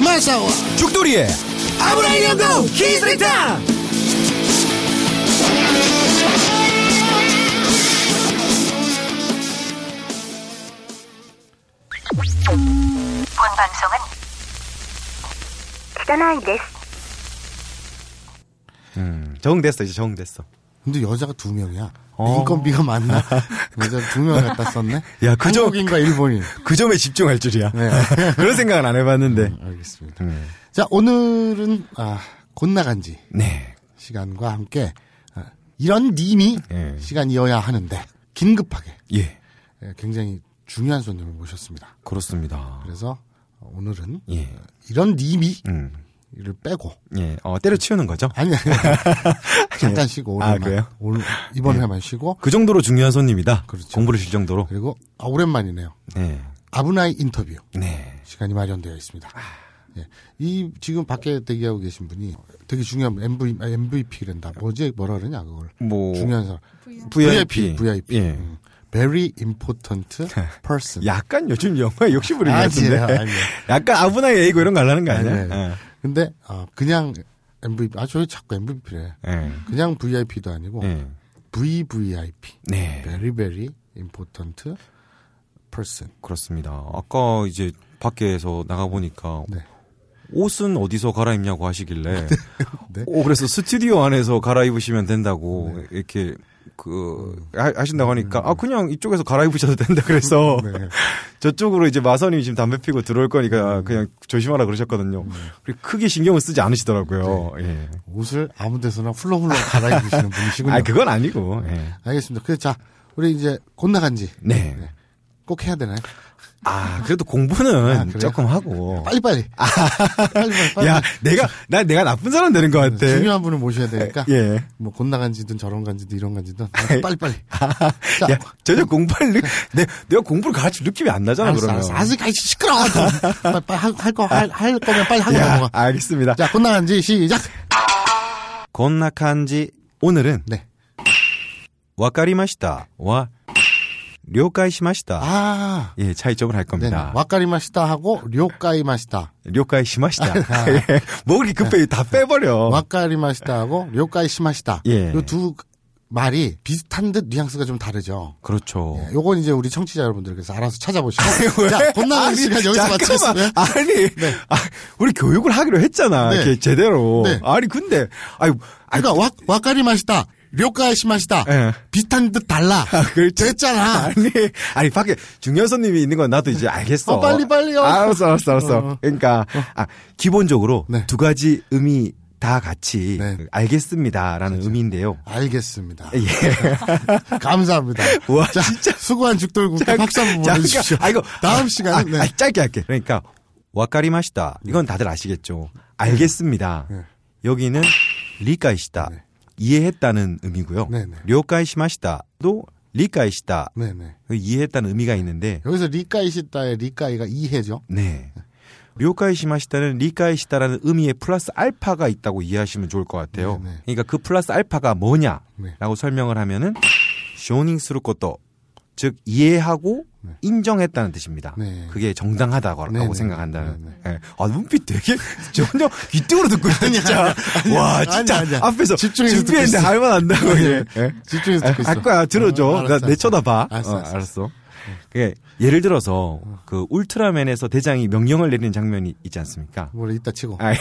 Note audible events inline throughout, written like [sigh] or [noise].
회사와 죽돌이의 아브라이 연구 키스리타 本番送は汚いです。 적응됐어 이제 적응됐어. 근데 여자가 두 명이야 어. [laughs] 인건비가 많나? 여자 두 명 갖다 썼네 야, 그저- 한국인과 일본인 그 점에 집중할 줄이야. [laughs] 네. 음. 그런 생각은 안 해봤는데. 알겠습니다 자 오늘은 아, 곧 나간지 네. 시간과 함께 아, 이런 님이 예. 시간이어야 하는데 긴급하게 예. 예, 굉장히 중요한 손님을 모셨습니다 그렇습니다. 그래서 오늘은 예. 어, 이런 님이를 음. 빼고 예. 어 때려치우는 거죠. 아니 아니 [laughs] 잠깐 쉬고 아, 오늘만 그래요? 오늘 이번 회만 쉬고 그 정도로 중요한 손님이다. 그렇죠. 공부를 실 정도로. 그리고 아, 오랜만이네요 네. 아브나이 인터뷰 네. 시간이 마련되어 있습니다. 예. 이 지금 밖에 대기하고 계신 분이 되게 중요한 아, 분, MV, MVP란다. 뭐지 뭐라 그러냐 그걸 뭐 중요한 사람. VIP. VIP. 예. 음. Very [laughs] important person. 약간 요즘 영화에 욕심을 아니에요, 같은데. 아니에요. [laughs] 약간 아브나이 에이고 이런 거 하려는 거 아니야? 예. 아니, 아니. 네. 근데 어, 그냥 MVP. 아, 저 자꾸 MVP래. 예. 예. 그냥 VIP도 아니고 예. VVIP. 네. Very very important person. 그렇습니다. 아까 이제 밖에서 나가 보니까 네. 옷은 어디서 갈아입냐고 [laughs] 하시길래 오 그래서 스튜디오 안에서 갈아입으시면 된다고 이렇게 그 하- 하신다고 하니까 아 그냥 이쪽에서 갈아입으셔도 된다 그래서 [laughs] 저쪽으로 이제 마선이 지금 담배 피고 들어올 거니까 그냥 조심하라 그러셨거든요. 그리고 크게 신경을 쓰지 않으시더라고요. 예. 옷을 아무 데서나 훌렁훌렁 [laughs] 갈아입으시는 분이시군요. 아 그건 아니고. 예. 알겠습니다. 그래 자 우리 이제 곧 나간지 네. 꼭 해야 되나요? 아 그래도 공부는 아, 그래요? 조금 하고. 빨리 빨리. 아, 빨리 빨리. 빨리. 야 내가 나 내가 나쁜 사람 되는 것 같아. 중요한 분을 모셔야 되니까. 예. 뭐 곧 나간지든 저런 간지든 이런 간지든 빨리 빨리. 자, 야, 전혀 공부할 느, [laughs] 내, 내가 공부를 가르칠 느낌이 안 나잖아, 알았어, 그러면. 알았어. 아직 아직 시끄러. 빨리 빨리 할거할 할 거면 빨리 하고 야, 넘어가. 알겠습니다. 자, 곧 나간지 시작. 건낙한지 오늘은 네. 와카리마시다와 료카이시마시다. 아. 예, 차이점을 할 네. 겁니다. 와까리 마시다 하고 료까이 마시다. 료카이시마시다. 예, 뭐 그렇게 급해 다 빼버려. 아, 네. 와까리 마시다 하고 료까이 시마시다. 예. 요 두 말이 비슷한 듯 뉘앙스가 좀 다르죠. 그렇죠. 예, 요건 이제 우리 청취자 여러분들께서 알아서 찾아보시고. 왜? 자, 본나간 아니, 시간 여기서 잠깐만. 마치겠습니다. 아니, 아, 우리 교육을 하기로 했잖아. 네. 이렇게 제대로. 네. 아니, 근데, 아유, 아니, 그러니까 와, 와까리 맛이다. 료까시 맛이다. 예. 비슷한 듯 달라. 그렇죠. 됐잖아. 아니, 아니 밖에 중요한 손님이 있는 건 나도 이제 알겠어. 어, 빨리, 빨리요. 알았어, 알았어, 알았어. 어. 그러니까 아, 기본적으로 네. 두 가지 의미 다 같이 네. 알겠습니다라는 의미인데요. 알겠습니다. 예. [laughs] 감사합니다. 와, 자, 진짜. 수고한 죽돌국대 박수 한번 보내주십시오. 아 이거 어, 다음 아, 아, 시간에. 네. 아, 짧게 할게. 그러니까 와카리마시다. 이건 다들 아시겠죠. 알겠습니다. 네. 여기는 리카이시다. 이해했다는 의미고요. 네, 네. 료카이시마시다도 리카이시다. 그 네네. 이해했다는 의미가 있는데 여기서 리까이시다의 리까이가 이해죠. 네. 료카이시마시다는 리카이시다라는 의미에 플러스 알파가 있다고 이해하시면 좋을 것 같아요. 네, 네. 그러니까 그 플러스 알파가 뭐냐라고 네. 설명을 하면은 쇼닝스루 것도 즉 이해하고 인정했다는 뜻입니다. 네. 그게 정당하다고 네, 네. 생각한다는. 네, 예. 아 눈빛 되게 [laughs] 전혀 귀뚱으로 듣고 있다 진짜. 와 [laughs] 아니야, 진짜 아니야. 앞에서 집중해서 듣고 준비했는데 있어. 할만 [laughs] 한다고 이게. 예. 예. 집중해서 듣고 있어. 할 거야 들어줘. 어, 알았어, 나 알았어. 내쳐다봐. 알았어, 어, 알았어. 알았어. 그게 예를 들어서 그 울트라맨에서 대장이 명령을 내리는 장면이 있지 않습니까? 뭐래 이따 치고. 아, 예.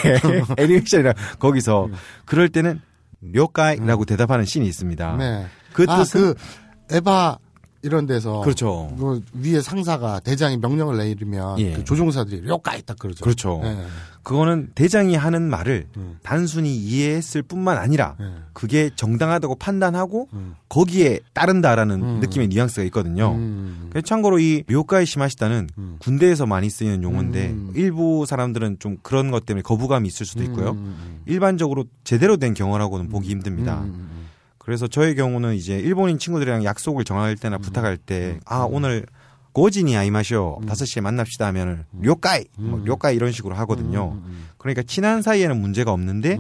[laughs] 애니메이션이라 거기서 그럴 때는 료까이라고 대답하는 씬이 있습니다. 네. 그 아, 뜻은 그 에바 이런 데서 그렇죠. 그 위에 상사가 대장이 명령을 내리면 예. 그 조종사들이 료까이 딱 그러죠. 그렇죠. 예. 그거는 대장이 하는 말을 음. 단순히 이해했을 뿐만 아니라 예. 그게 정당하다고 판단하고 거기에 따른다라는 느낌의 뉘앙스가 있거든요. 음. 그래서 참고로 이 료카이 시마시다는 군대에서 많이 쓰이는 용어인데 음. 일부 사람들은 좀 그런 것 때문에 거부감이 있을 수도 음, 있고요. 일반적으로 제대로 된 경어라고는 보기 음, 힘듭니다. 그래서 저의 경우는 이제 일본인 친구들이랑 약속을 정할 때나 음. 부탁할 때 아 오늘 고진이 음. 아이마쇼 다섯 시에 만납시다 하면은 료까이 뭐 료까이 이런 식으로 하거든요. 음, 그러니까 친한 사이에는 문제가 없는데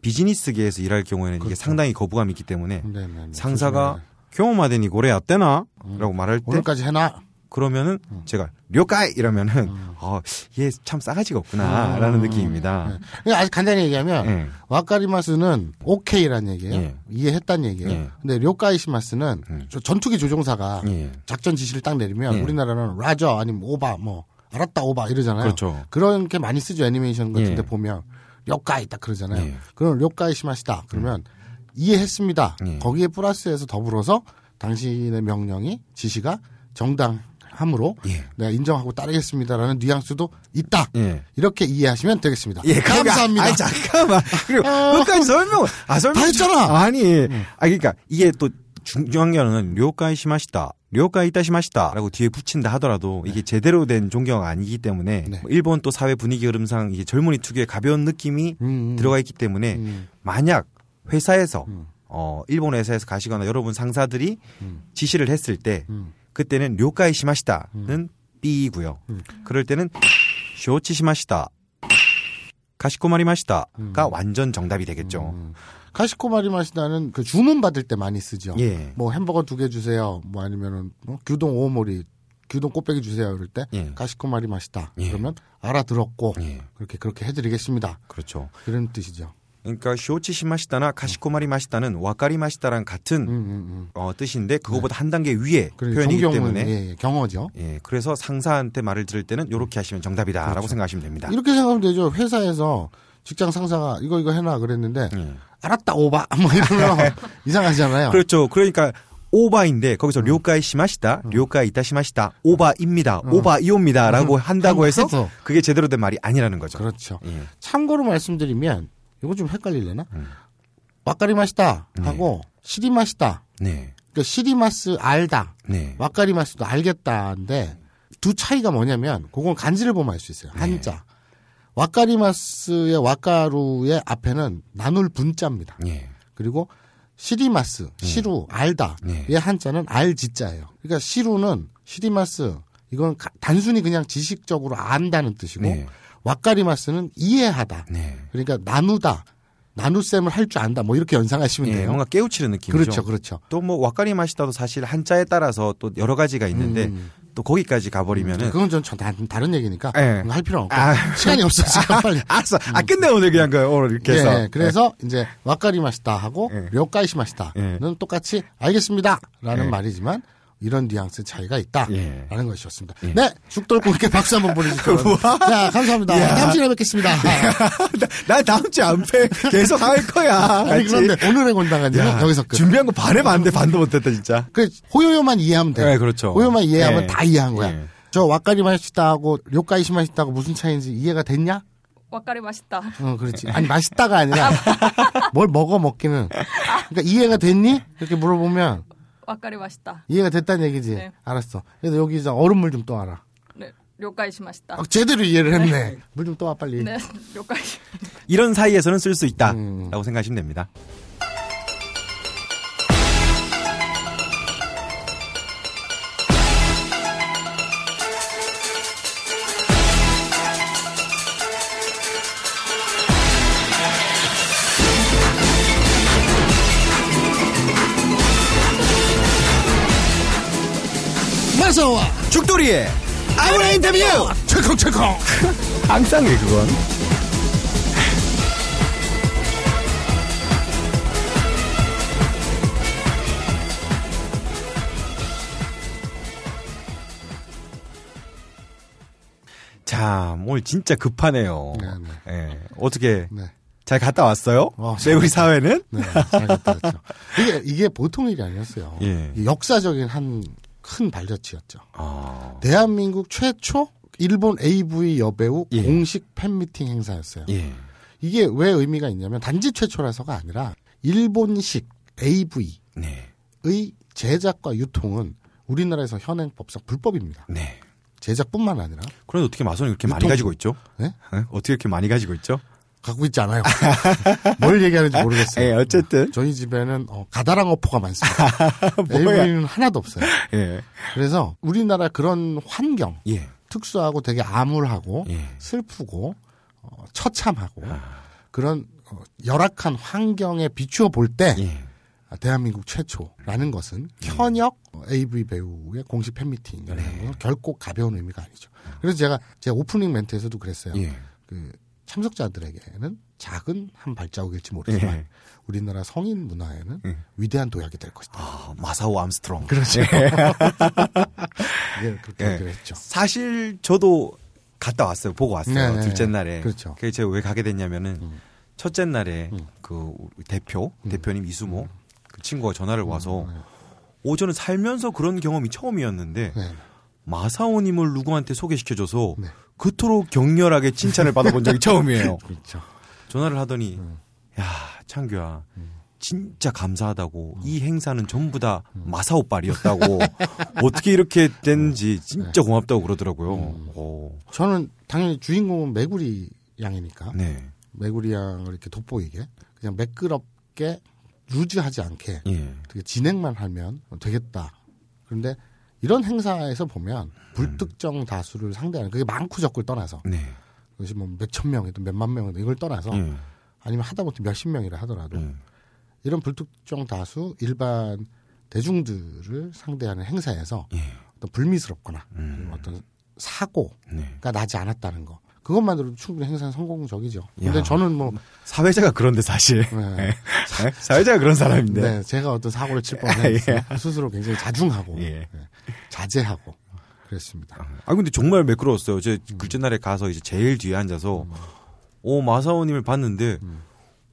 비즈니스계에서 일할 경우에는 그렇죠. 이게 상당히 거부감이 있기 때문에 네, 네, 네. 상사가 경험하더니 고래 야 되나? 라고 말할 때 음. 오늘까지 해놔. 그러면은 제가 료까이 이러면은 어, 얘 참 싸가지가 없구나라는 느낌입니다. 그러니까 아주 간단히 얘기하면 예. 와카리마스는 오케이란 얘기예요. 예. 이해했단 얘기예요. 예. 근데 료카이시마스는 저 전투기 조종사가 예. 작전 지시를 딱 내리면 예. 우리나라는 라저 아니면 오바 뭐 알았다 오바 이러잖아요. 그렇죠. 런게 많이 쓰죠 애니메이션 예. 같은데 보면 료카이 딱 그러잖아요. 예. 음. 그럼 료카이시마시다 그러면 이해했습니다. 예. 거기에 플러스해서 더불어서 당신의 명령이 지시가 정당함으로 예. 내가 인정하고 따르겠습니다라는 뉘앙스도 있다. 예. 이렇게 이해하시면 되겠습니다. 예, 그러니까- 감사합니다. 아니, 잠깐만. 그리고 아. 끝까지 설명, 아, 설명. 다 했잖아. 아니, 아, 그러니까 이게 또 중요한 거는 료까이 시마시다. 료까이 이따 시마시다. 라고 뒤에 붙인다 하더라도 이게 제대로 된 존경가 아니기 때문에 네. 뭐 일본 또 사회 분위기 흐름상 이게 젊은이 특유의 가벼운 느낌이 음, 음. 들어가 있기 때문에 음. 만약 회사에서 어, 일본 회사에서 가시거나 여러분 상사들이 지시를 했을 때 음. 그때는 료까이 시마시다는 B이고요. 음. 그럴 때는 쇼치 시마시다. 가시코마리마시다가 음. 완전 정답이 되겠죠. 카시코마리 마시다는 그 주문 받을 때 많이 쓰죠. 예. 뭐 햄버거 두 개 주세요. 뭐 아니면은 뭐 규동 오모리, 규동 꽃배기 주세요. 이럴 때 예. 카시코마리 마시다. 예. 그러면 알아들었고 예. 그렇게 그렇게 해드리겠습니다. 그렇죠. 그런 뜻이죠. 그러니까 쇼치 시마시다나 가시코마리마시다는 와까리마시다랑 같은 음, 음, 음. 어, 뜻인데 그거보다 한 단계 위에 그리고 표현이기 정경은 때문에 예, 예, 경어죠. 예, 그래서 상사한테 말을 들을 때는 요렇게 하시면 정답이다라고 생각하시면 됩니다. 음. 그렇죠. 이렇게 생각하면 되죠. 회사에서 직장 상사가 이거 이거 해놔 그랬는데 예. 알았다 오바 [laughs] 뭐 이러면 이상하잖아요. 음. 그렇죠. 그러니까 오바인데 거기서 료카이 시마시다, 료카이 이타 시마시다, 오바입니다, 음. 오바이옵니다라고 한다고 해서 해서. 그게 제대로 된 말이 아니라는 거죠. 그렇죠. 예. 음. 참고로 말씀드리면 이거 좀 헷갈릴래나? 와까리 마시다 예. 하고 시리 마시다. 네, 그러니까 시리 마스 알다. 네, 와까리 마스도 알겠다인데 두 차이가 뭐냐면 그건 간지를 보면 알 수 있어요. 네. 한자. 와까리 마스의 와까루의 앞에는 나눌 분자입니다. 예, 그리고 시리마스, 시루, 알다. 네. 얘 한자는 알지자예요. 그러니까 시루는 시리마스 이건 가- 단순히 그냥 지식적으로 안다는 뜻이고 네. 와까리마스는 이해하다. 네. 그러니까 나누다. 나눗셈을 할 줄 안다. 뭐 이렇게 연상하시면 예, 돼요. 뭔가 깨우치는 느낌이죠. 그렇죠. 그렇죠. 또 뭐 와까리 마시다도 사실 한자에 따라서 또 여러 가지가 있는데 음. 또 거기까지 가버리면은 네, 그건 전, 전 다- 다른 얘기니까 예. 할 필요 없고 네. [laughs] 아. 시간이 없어 지금 빨리. 알았어. 아 끝내 오늘 그냥 그 오늘 이렇게 해서 네. 예, 그래서 이제 와까리 마시다 하고 예. 료까이시 마시다는 네. 똑같이 알겠습니다라는 예. 말이지만 이런 뉘앙스 차이가 있다라는 예. 뭐? 것이었습니다. 네, 죽돌고 이렇게 박수 [laughs] 한번 보내주세요. 자, 감사합니다. 다음 시간에 예, 뵙겠습니다. [laughs] 나 다음 주에 안패 계속 할 [laughs] 거야. 아니, 그런데 오늘의 건당한지는 야, 여기서 끝. 준비한 거 반에 반대 반도 못했다 진짜. 그 호요요만 이해하면 돼. 네, 그렇죠. 호요만 이해하면 예. 다 이해한 거야. 예. 저 와까리 마시다하고 료까이시 마시다하고 무슨 차이인지 이해가 됐냐? 와카리 맛있다. 어, 그렇지. 아니, 맛있다가 아니라 뭘 먹어 먹기는. 그러니까 이해가 됐니? 이렇게 물어보면 와카리 맛있다. 이해가 됐다는 얘기지. 네. 알았어. 그래서 여기 이제 얼음물 좀 떠와라. 네, 료까이시 맛있다. 아, 제대로 이해를 했네. 물 좀 떠와 빨리. 네, 료까이시. 이런 사이에서는 쓸 수 있다라고 음. 생각하시면 됩니다. 마서와 죽돌이의 아무나 인터뷰! 철컹 철컹. [laughs] 앙상해 그건. 자, 오늘 진짜 급하네요. 네, 예, 어떻게 네. 잘 갔다 왔어요? 어, 네, 우리 사회는? 네. 잘 갔다 왔죠. 이게 이게 보통 일이 아니었어요. 예. 이게 역사적인 한 큰 발자취였죠. 아, 대한민국 최초 일본 AV 여배우 예. 공식 팬미팅 행사였어요. 예. 이게 왜 의미가 있냐면 단지 최초라서가 아니라 일본식 AV의 네, 제작과 유통은 우리나라에서 현행법상 불법입니다. 네. 제작뿐만 아니라 그런데 어떻게 마선이 이렇게 많이 유통- 가지고 있죠? 네? 예? 어떻게 이렇게 많이 가지고 있죠? 갖고 [laughs] 있지 않아요. 뭘 얘기하는지 모르겠어요. 예, 어쨌든. 아, 저희 집에는 어, 가다랑 [laughs] 어포가 많습니다. AV는 하나도 없어요. 네. 예. 그래서 우리나라 그런 환경 예. 특수하고 되게 암울하고 예. 아. 슬프고 어, 처참하고 그런 어, 열악한 환경에 비추어 볼 때 예. 아, 음. 대한민국 최초라는 것은 현역 AV 배우의 공식 팬미팅이라는 네. 건 결코 가벼운 의미가 아니죠. 그래서 제가 제 오프닝 멘트에서도 그랬어요. 예. 그 참석자들에게는 작은 한 발자국일지 모르지만 예. 우리나라 성인 문화에는 예. 위대한 도약이 될 것이다. 아, 마사오 암스트롱. 그렇죠. 예, 그렇게 예. 얘기를 했죠. 사실 저도 갔다 왔어요. 보고 왔어요. 네, 네, 둘째 네. 날에. 그렇죠. 음. 게 제가 왜 가게 됐냐면은 첫째 날에 그 우리 대표 대표님 이수모 음. 그 친구가 전화를 와서 오 저는 살면서 그런 경험이 처음이었는데 네. 마사오님을 누구한테 소개시켜줘서 그토록 격렬하게 칭찬을 받아본 [laughs] 적이 처음이에요. 그렇죠. 전화를 하더니 음. 야 창규야 진짜 감사하다고 음. 이 행사는 전부 다 [laughs] 마사오빨이었다고 어떻게 이렇게 음. 됐는지 네. 진짜 고맙다고 그러더라고요. 어. 오. 저는 당연히 주인공은 메구리 양이니까 네. 메구리 양을 이렇게 돋보이게 그냥 매끄럽게 루즈하지 않게 예. 되게 진행만 하면 되겠다. 그런데 이런 행사에서 보면 불특정 다수를 상대하는 그게 많고 적고를 떠나서 네. 그것이 뭐 몇천 명이든 몇만 명이든 이걸 떠나서 예. 아니면 하다못해 몇십 명이라 하더라도 예. 이런 불특정 다수 일반 대중들을 상대하는 행사에서 예. 어떤 불미스럽거나 음. 아니면 어떤 사고가 네. 나지 않았다는 거 그것만으로도 충분히 행사는 성공적이죠. 근데 야. 저는 뭐 사회자가 그런데 사실 [laughs] 네. 사- 사회자가 그런 사람인데. 네. 제가 어떤 사고를 칠 뻔했어요. 스스로 굉장히 자중하고 아, 예. 네, 자제하고 그랬습니다. 아 근데 정말 매끄러웠어요. 제 음. 글째 날에 가서 이제 제일 뒤에 앉아서 오 마사오님을 봤는데 음.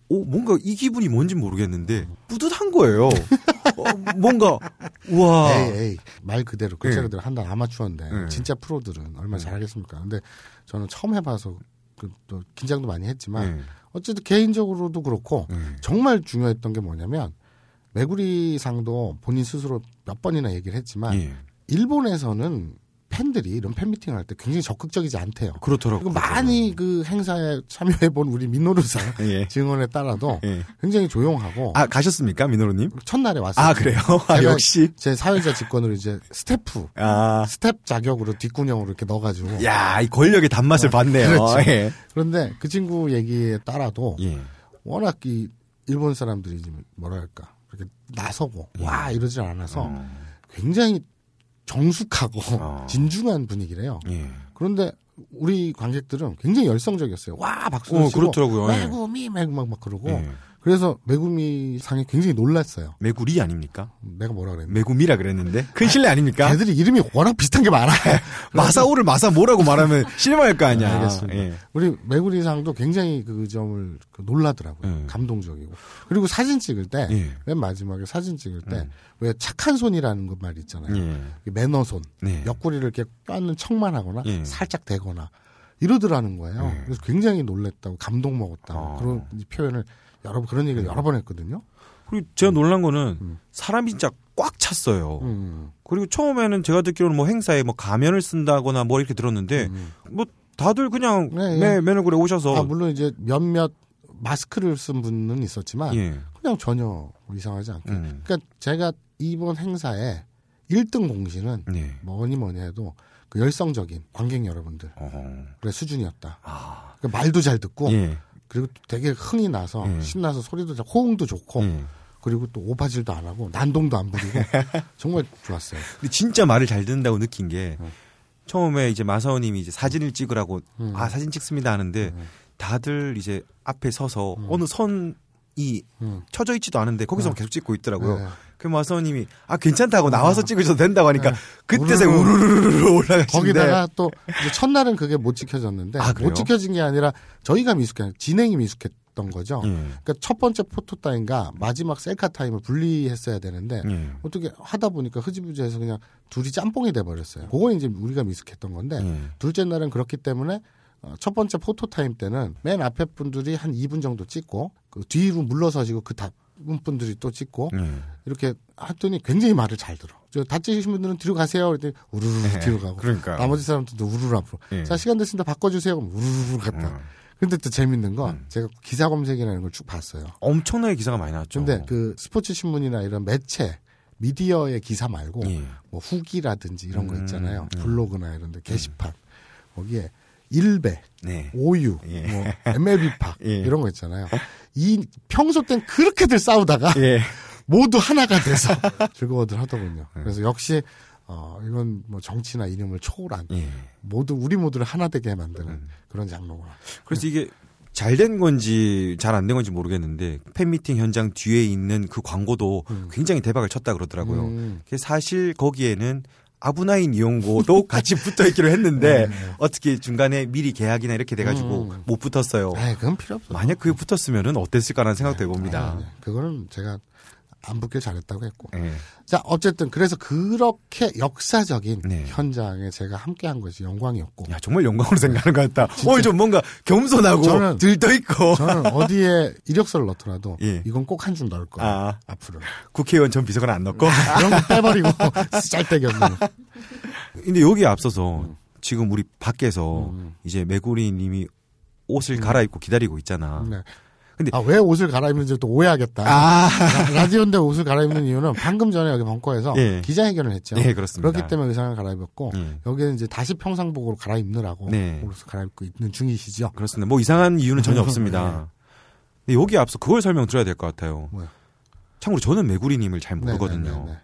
오 뭔가 이 기분이 뭔지 모르겠는데 뿌듯한 거예요. 어, 뭔가 [laughs] 우와 에이, 에이, 말 그대로 어. 글자 예. 그대로 한다 아마추어인데 예. 진짜 프로들은 얼마나 잘하겠습니까? 근데 저는 처음 해봐서 그, 또 긴장도 많이 했지만 예. 어쨌든 개인적으로도 그렇고 예. 정말 중요했던 게 뭐냐면 메구리 상도 본인 스스로 몇 번이나 얘기를 했지만 예. 일본에서는 팬들이 이런 팬미팅을 할 때 굉장히 적극적이지 않대요. 그렇더라고요. 그리고 많이 그 행사에 참여해본 우리 민노루상 [laughs] 예. 증언에 따라도 예. 굉장히 조용하고 아 가셨습니까 민호로님? 첫날에 왔어요. 아 그래요? 아 음. [laughs] 제가 역시 제 사회자 직권으로 이제 스태프 아. 스텝 자격으로 뒷구녕으로 이렇게 넣어가지고 야, 이 권력의 단맛을 봤네요. 그렇죠. 예. 그런데 그 친구 얘기에 따라도 예. 워낙 이 일본 사람들이 지금 뭐랄까 이렇게 나서고 예. 와 이러질 않아서 굉장히 정숙하고 어. [laughs] 진중한 분위기래요. 예. 그런데 우리 관객들은 굉장히 열성적이었어요. 와 박수 어, 치고 그렇더라고요. 예. 매구미 매구 막, 막 그러고 예. 그래서 매구미 상이 굉장히 놀랐어요. 메구리 아닙니까? 내가 뭐라 그랬나? 메구미라 그랬는데 큰 실례 아닙니까? 걔들이 이름이 워낙 비슷한 게 많아. 마사오를 마사모라고 말하면 [laughs] 실망할 거 아니야. 알겠습니다. 예. [laughs] 우리 매구리상도 굉장히 그 점을 그 놀라더라고요. 음. 감동적이고. 그리고 사진 찍을 때, 예. 음. 맨 마지막에 사진 찍을 때, 왜 착한 손이라는 그 말 있잖아요. 예. 이 매너손. 네. 옆구리를 이렇게 빻는 척만 하거나, 예. 살짝 대거나, 이러더라는 거예요. 그래서 굉장히 놀랬다고, 감동 먹었다고, 어. 그런 표현을 여러 번, 그런 음. 얘기를 여러 번 했거든요. 그리고 제가 놀란 거는 사람이 진짜 꽉 찼어요. 음. 그리고 처음에는 제가 듣기로는 뭐 행사에 뭐 가면을 쓴다거나 뭐 이렇게 들었는데 뭐 다들 그냥 음. 네, 매 예. 맨얼굴에 오셔서 아, 물론 이제 몇몇 마스크를 쓴 분은 있었지만, 예. 그냥 전혀 이상하지 않게. 음. 그러니까 제가 이번 행사의 1등 공신은 네. 뭐니 뭐니 해도 그 열성적인 관객 여러분들의 어. 수준이었다. 아. 그러니까 말도 잘 듣고 예. 그리고 되게 흥이 나서 예. 신나서 소리도 잘 호응도 좋고 예. 그리고 또 오바질도 안 하고 난동도 [laughs] 안 부리고 정말 좋았어요. 근데 진짜 말을 잘 듣는다고 느낀 게 음. 처음에 이제 마사오님이 이제 사진을 찍으라고 음. 아 사진 찍습니다 하는데 다들 이제 앞에 서서 음. 어느 선이 쳐져 있지도 않은데 거기서 계속 찍고 있더라고요. 네. 음. 그 마사오님이 아 괜찮다고 나와서 찍으셔도 된다고 하니까 그때서 우르르르 올라가시는데 거기다가 또 이제 첫날은 그게 못 지켜졌는데 네. 아, 그래요? 못 지켜진 게 아니라 저희가 미숙해 진행이 미숙했던 거죠. 예. 그러니까 첫 번째 포토 타임과 마지막 셀카 타임을 분리했어야 되는데 예. 어떻게 하다 보니까 흐지부지해서 그냥 둘이 짬뽕이 돼 버렸어요. 그건 이제 우리가 미숙했던 건데 예. 둘째 날은 그렇기 때문에 어, 첫 번째 포토 타임 때는 맨 앞에 분들이 한 2분 정도 찍고 그 뒤로 물러서시고 그 다음 분들이 또 찍고 예. 이렇게 했더니 굉장히 말을 잘 들어. 저다 찍으신 분들은 뒤로 가세요. 그랬더니 우르르 네, 뒤로 가고 그러니까요. 나머지 사람들도 우르르 앞으로. 예. 어. 자 시간 됐습니다. 바꿔주세요. 그럼 우르르 갔다. 근데 또 재밌는 건 음. 제가 기사 검색이라는 걸 쭉 봤어요. 엄청나게 기사가 많이 나왔죠. 근데 그 스포츠 신문이나 이런 매체 미디어의 기사 말고 예. 뭐 후기라든지 이런 거 음, 있잖아요 블로그나 이런 데 게시판 거기에 일배 네. 오유 예. 뭐 MLB 팍 예. 이런 거 있잖아요 이 평소 땐 그렇게들 싸우다가 예. 모두 [laughs] 하나가 돼서 즐거워들 하더군요. 그래서 역시 어, 이건 뭐 정치나 이념을 초월한 예. 음. 모두 우리 모두를 하나 되게 만드는 그런 장르구나. 그래서 이게 잘 된 건지 잘 안 된 건지 모르겠는데 팬미팅 현장 뒤에 있는 그 광고도 굉장히 대박을 쳤다 그러더라고요. 음. 그게 사실 거기에는 아브나인 이용고도 [laughs] 같이 붙어 있기로 했는데 어떻게 중간에 미리 계약이나 이렇게 돼가지고 네. 음. 못 붙었어요. 아, 그건 필요 없어. 만약 그게 붙었으면은 어땠을까라는 네. 생각도 아, 해봅니다. 그거는 제가 안 붙길 잘했다고 했고. 예. 자, 어쨌든 그래서 그렇게 역사적인 네. 현장에 제가 함께한 것이 영광이었고. 야 정말 영광으로 생각하는 것 같다. 오늘 좀 뭔가 겸손하고 저는- 들떠 있고 [laughs] 저는 어디에 이력서를 넣더라도 네. 예. 이건 꼭 한 줄 넣을 거야. 아. 앞으로. 국회의원 전 비서관 안 넣고. 그런 거 빼버리고 [laughs] 짤데기 없는. 거. 근데 여기에 앞서서 지금 우리 밖에서 이제 메구리님이 옷을 갈아입고 기다리고 있잖아. 네. 근데- 아, 왜 옷을 갈아입는지 또 오해하겠다. 아, 라- 라디오인데 옷을 갈아입는 이유는 방금 전에 여기 벙커에서 예. 기자회견을 했죠. 네, 그렇습니다. 그렇기 때문에 의상을 갈아입었고 예. 여기는 이제 다시 평상복으로 갈아입느라고 네. 옷을 갈아입고 있는 중이시죠. 그렇습니다. 뭐 이상한 이유는 전혀 없습니다. 근데 여기 앞서 그걸 설명 드려야 될 것 같아요. 뭐요? 참고로 저는 메구리님을 잘 네, 모르거든요. 네, 네,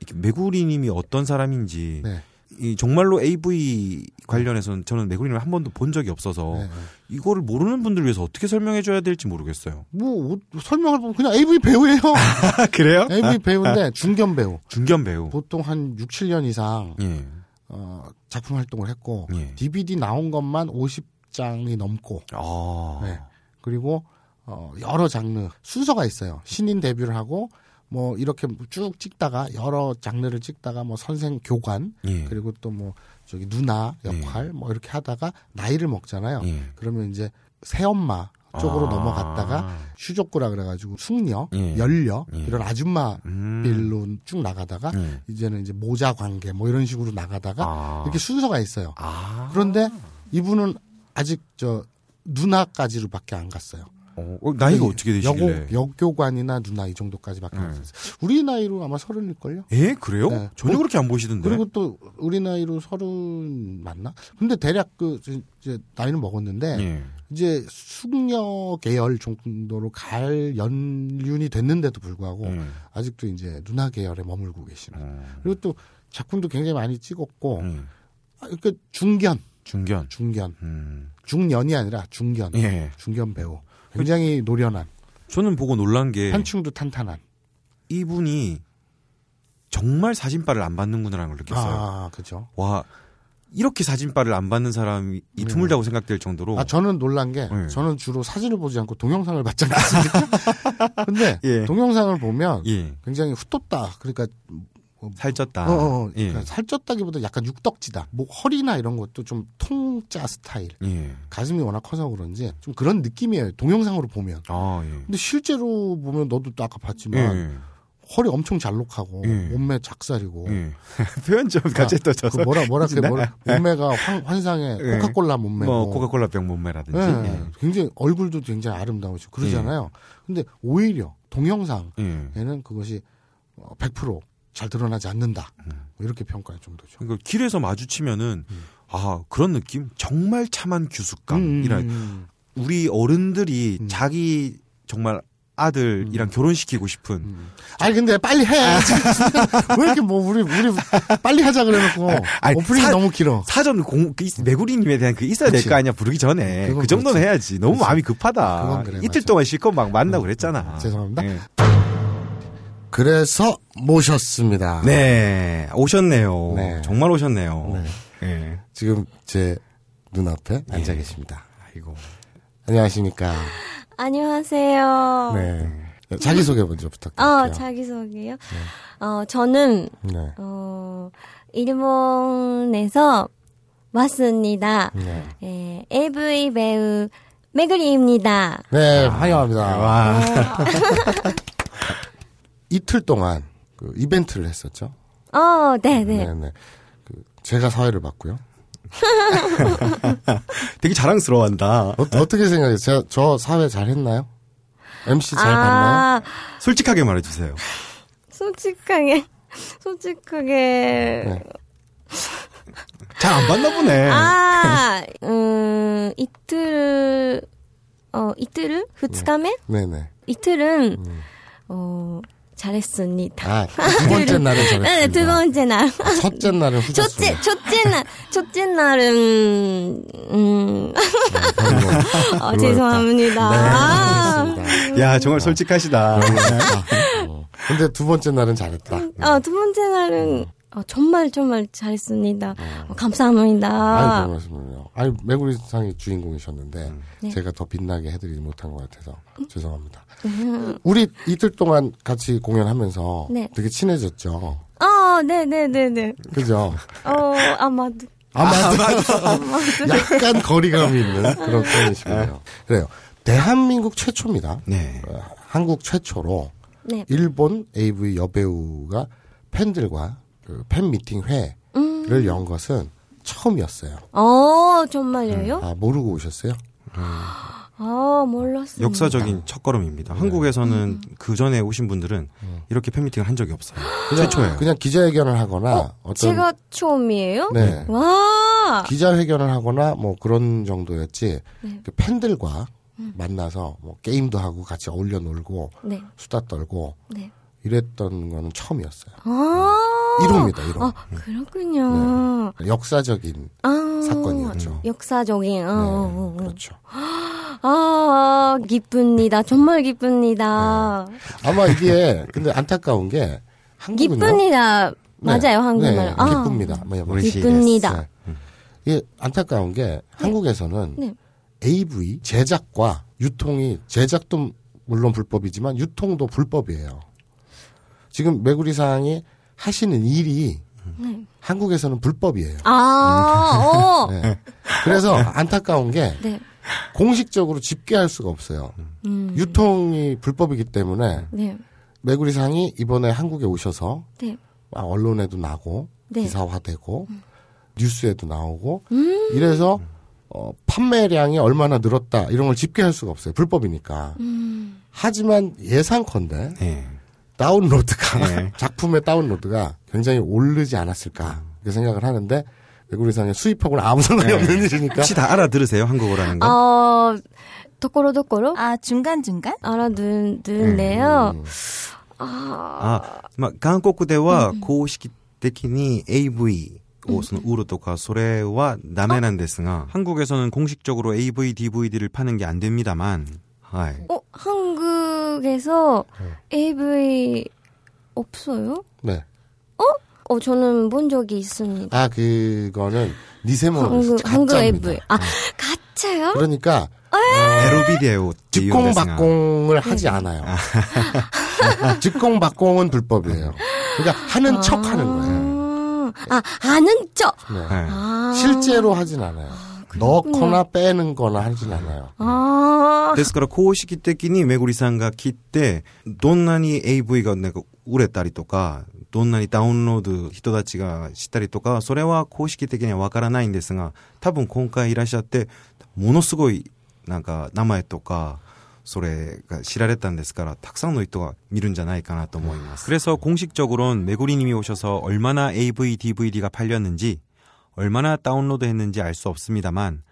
이렇게 메구리님이 어떤 사람인지 네. 네, 이 정말로 AV 관련해서는 저는 메구리님을 한 번도 본 적이 없어서 네, 네. 이거를 모르는 분들 을 위해서 어떻게 설명해 줘야 될지 모르겠어요. 뭐 옷- 설명을 보면 그냥 AV 배우예요. [laughs] 아, 그래요? AV 배우인데 중견 배우. 중견 배우. 보통 한 6, 7년 이상 예. 어, 작품 활동을 했고 예. DVD 나온 것만 50장이 넘고 아. 네. 그리고 어, 여러 장르 순서가 있어요. 신인 데뷔를 하고 뭐 이렇게 쭉 찍다가 여러 장르를 찍다가 뭐 선생 교관 예. 그리고 또 뭐 저기 누나 역할 뭐 이렇게 하다가 나이를 먹잖아요. 예. 그러면 이제 새엄마 쪽으로 아. 넘어갔다가 슈족구라 그래가지고 숙녀, 예. 열녀 예. 이런 아줌마 음. 빌로 쭉 나가다가 예. 이제는 이제 모자 관계 뭐 이런 식으로 나가다가 아. 이렇게 순서가 있어요. 아. 그런데 이분은 아직 저 누나까지로밖에 안 갔어요. 예. 어, 어, 나이가 어떻게 되시길래? 네, 여고, 여교관이나 누나 이 정도까지밖에 안 네. 갔어요. 우리 나이로 아마 서른일걸요? 예, 그래요? 네. 전혀 그렇게 안 보시던데. 그리고 또 우리 나이로 서른 맞나? 근데 대략 그 이제 나이는 먹었는데 예. 이제 숙녀 계열 정도로 갈 연륜이 됐는데도 불구하고 예. 아직도 이제 누나 계열에 머물고 계시는. 어, 그리고 또 작품도 굉장히 많이 찍었고 음. 아, 그러니까 중견, 중견. 중견, 음. 중년이 아니라 중견, 예. 중견 배우. 굉장히 노련한, 저는 보고 놀란 게 한충도 탄탄한. 이분이 정말 사진빨을 안 받는구나라는 걸 느꼈어요. 아, 그죠. 와 이렇게 사진빨을 안 받는 사람이 이 드물다고 생각될 정도로 네. 아 저는 놀란 게 네. 저는 주로 사진을 보지 않고 동영상을 [laughs] 봤지 않습니까? 근데 예. 동영상을 보면 예 굉장히 훗돋다. 그러니까 살쪘다. 어, 어, 예. 그러니까 살쪘다기보다 약간 육덕지다. 뭐 허리나 이런 것도 좀 통짜 스타일. 예. 가슴이 워낙 커서 그런지 좀 그런 느낌이에요. 동영상으로 보면. 아 예. 근데 실제로 보면 너도 또 아까 봤지만 예. 허리 엄청 잘록하고 예. 몸매 작살이고 예. [laughs] 표현 좀 같이 또 뭐. 그 져서 뭐라 뭐라 그 진짜? 뭐라 몸매가 환, 환상의 예. 코카콜라 몸매고 뭐 코카콜라 병 몸매라든지. 예, 굉장히 얼굴도 굉장히 아름다우시고 그러잖아요. 근데 오히려 동영상에는 예. 예. 그것이 어, 100%잘 드러나지 않는다. 뭐 이렇게 평가해 좀 되죠. 음. 그러니까 길에서 마주치면은 아 그런 느낌 정말 참한 음, 규숙감이란 음, 우리 어른들이 음. 자기 정말 아들이랑 결혼시키고 싶은 음. 아니 근데 빨리 해. [laughs] 왜 이렇게 뭐 우리 우리 빨리 하자 그래놓고 아니, 오프닝이 사- 너무 길어. 사전 공, 그 있- 메구리님에 대한 그 있어야 될 그치. 음, 거 아니야 부르기 전에 그건 그 정도는 그렇지. 해야지 너무 그치. 마음이 급하다 그건 그래, 이틀 맞아. 동안 실컷 막 만나고 그랬잖아 음, 죄송합니다. 예. 그래서 모셨습니다. 네 오셨네요 아. 네. 정말 오셨네요 예. 지금 제 눈앞에 앉아 계십니다. 안녕하십니까. 안녕하세요. 네. 자기 소개 먼저 부탁드릴게요. 어, 자기소개요? 어, 저는, 네. 어, 일본에서 왔습니다. 네. 예, AV 배우 메그리입니다. 네, 환영합니다. 와 이틀 동안 그 이벤트를 했었죠. 어, 네네. 네, 네. 그 제가 사회를 봤고요. 되게 자랑스러워한다 어, 떻게 생각해요? 제가 저 사회 잘 했나요? MC 잘 봤나요? 아, 솔직하게 말해주세요 솔직하게, [laughs] 솔직하게. 네. 잘 안 봤나 보네 [laughs] 아, 음, 이틀, 네. 어, 이틀? 2日目 네네. 이틀은, 어, 잘했습니다. 음. 아, 두 번째 날은 [laughs] 네, 두 잘했습니다. 번째 날. 첫째 날은 첫째, 후졌습니다. 첫째 날, 첫째 날은, 음, 어, 네, 그거였다. 죄송합니다. [laughs] 아, 네, 야, 정말 솔직하시다. 네. 그렇습니다. 네. 어, 근데 두 번째 날은 잘했다. 어, 두 번째 날은, 어, 정말, 정말 잘했습니다. 어, 감사합니다. 네. 아니, 별 말씀을요. 아니, 매구리상의 주인공이셨는데, 네. 제가 더 빛나게 해드리지 못한 것 같아서 음. 죄송합니다. 우리 이틀 동안 같이 공연하면서 네. 되게 친해졌죠. 어, 네네네네. [laughs] 그죠? 어, 아마도. 아마도 약간 거리감이 있는 그런 편이시네요. 그래요. 대한민국 최초입니다. 네. 어, 한국 최초로 네. 일본 AV 여배우가 팬들과 그 팬미팅 회를 음. 연 것은 처음이었어요. 어, 정말요? 아, 모르고 오셨어요? 아, 몰랐어요. 역사적인 첫걸음입니다. 음. 한국에서는 그 전에 오신 분들은 이렇게 팬미팅을 한 적이 [gasps] 없어요. 그냥, 최초예요. 그냥 기자회견을 하거나 어, 떤 제가 처음이에요? 네. 와! 기자회견을 하거나 뭐 그런 정도였지 네. 그 팬들과 음. 만나서 뭐 게임도 하고 같이 어울려 놀고 네, 수다 떨고 네. 이랬던 거는 처음이었어요. 아! 1호입니다, 네. 1호. 아, 그렇군요. 역사적인 아, 사건이었죠. 역사적인. 아, 네, 어, 어, 어. 그렇죠. 아, 기쁩니다. 정말 기쁩니다. 아마 이게 근데 안타까운 게 네. 한국은요. 기쁩니다. 네. 맞아요, 한국말. 네, 아, 기쁩니다. 뭐, 뭐, 우리 기쁩니다. 네. 이게 안타까운 게 한국에서는 네. AV 제작과 유통이 제작도 물론 불법이지만 유통도 불법이에요. 지금 매구리 사항이 하시는 일이 한국에서는 불법이에요. [laughs] 아, 네. 어. 네. 네. 그래서 안타까운 게 네. 공식적으로 집계할 수가 없어요. 음. 유통이 불법이기 때문에 네. 매구리 상이 이번에 한국에 오셔서 네. 막 아, 언론에도 나고 네. 기사화되고 뉴스에도 나오고 음. 이래서 어, 판매량이 얼마나 늘었다 이런 걸 집계할 수가 없어요 불법이니까 음. 하지만 예상컨대 네. 다운로드가 네. [laughs] 작품의 다운로드가 굉장히 오르지 않았을까 이렇게 생각을 하는데 외국리상의 수입하고는 아무 상관이 없는 일이니까 네. 혹시 다 알아들으세요? 한국어라는 네? 거? 어, 도코로도코로 아, 중간중간? 알아듣는데요. 음. 아, 막 한국 대화 공식 的に AV をそのウロとかそれはダメなんですが 한국에서는 공식적으로 AV, DVD를 파는 게 안 됩니다만. 하이. 어, 한국에서 AV 없어요? 네. 어, 저는 본 적이 있습니다. 아 그거는 니세모로 한국, 아? 한국 아, 뭐, AV. 가짜입니다 네. 아, 가짜요? 그러니까 에로비데오 직공박공을 하지 않아요. [laughs] 직공박공은 불법이에요. 그러니까 하는 척 하는 거예요. 아, 아, 아는 척! 네. 네. 아. 실제로 하진 않아요. 넣거나 빼는 거나 하진 않아요. 아, ですから公式的にめぐりさんが切ってどんなに AV がなんか売れたりとかどんなにダウンロード人たちがしたりとかそれは公式的にはわからないんですが多分今回いらっしゃってものすごいなんか名前とかそれが知られたんですからたくさんの人が見るんじゃないかなと思います。그래서공식적으론메구리님이오셔서얼마나 AV, DVD가 팔렸는지 얼마나 다운로드했는지 알 수 없습니다만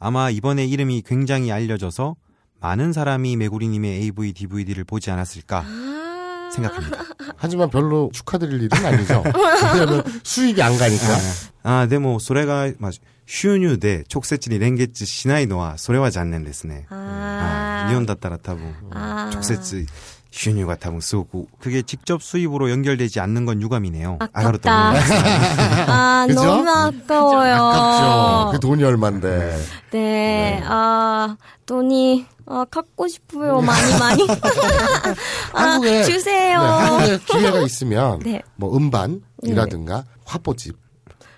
아마 이번에 이름이 굉장히 알려져서 많은 사람이 메구리님의 AV, DVD를 보지 않았을까 아. 생각합니다. 하지만 별로 축하드릴 일은 아니죠. 왜냐하면 수익이 안 가니까. 아, 근데 뭐, それが, 막, 슈뉴대, 촉세치니 랭게치 시나이노와, それは 잔넨ですね. 아, 이혼 닿따라 타분, 아. 촉세치, 슈뉴가 타분 쓰고, 그게 직접 수입으로 연결되지 않는 건 유감이네요. 아깝다. 알아듣고 있네요. [laughs] 아, [laughs] 그죠? 너무 아까워요. 아깝죠. 그 돈이 얼만데. 네, 아, 돈이, 아, 갖고 싶어요. 많이, [laughs] 많이. 아, 네. 한국에 네, 주세요. 한국에 기회가 있으면 네. 뭐 음반이라든가 화보집,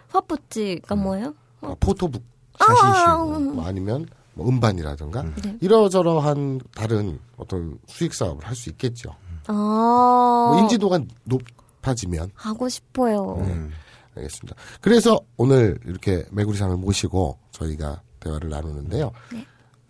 화포찌가 뭐예요? 어, 포토북 자신슈. 뭐 아니면 뭐 음반이라든가 네. 이러저러한 다른 어떤 수익 사업을 할 수 있겠죠. 아, 뭐 인지도가 높아지면 하고 싶어요. 알겠습니다. 그래서 오늘 이렇게 메구리상을 모시고 저희가 대화를 나누는데요.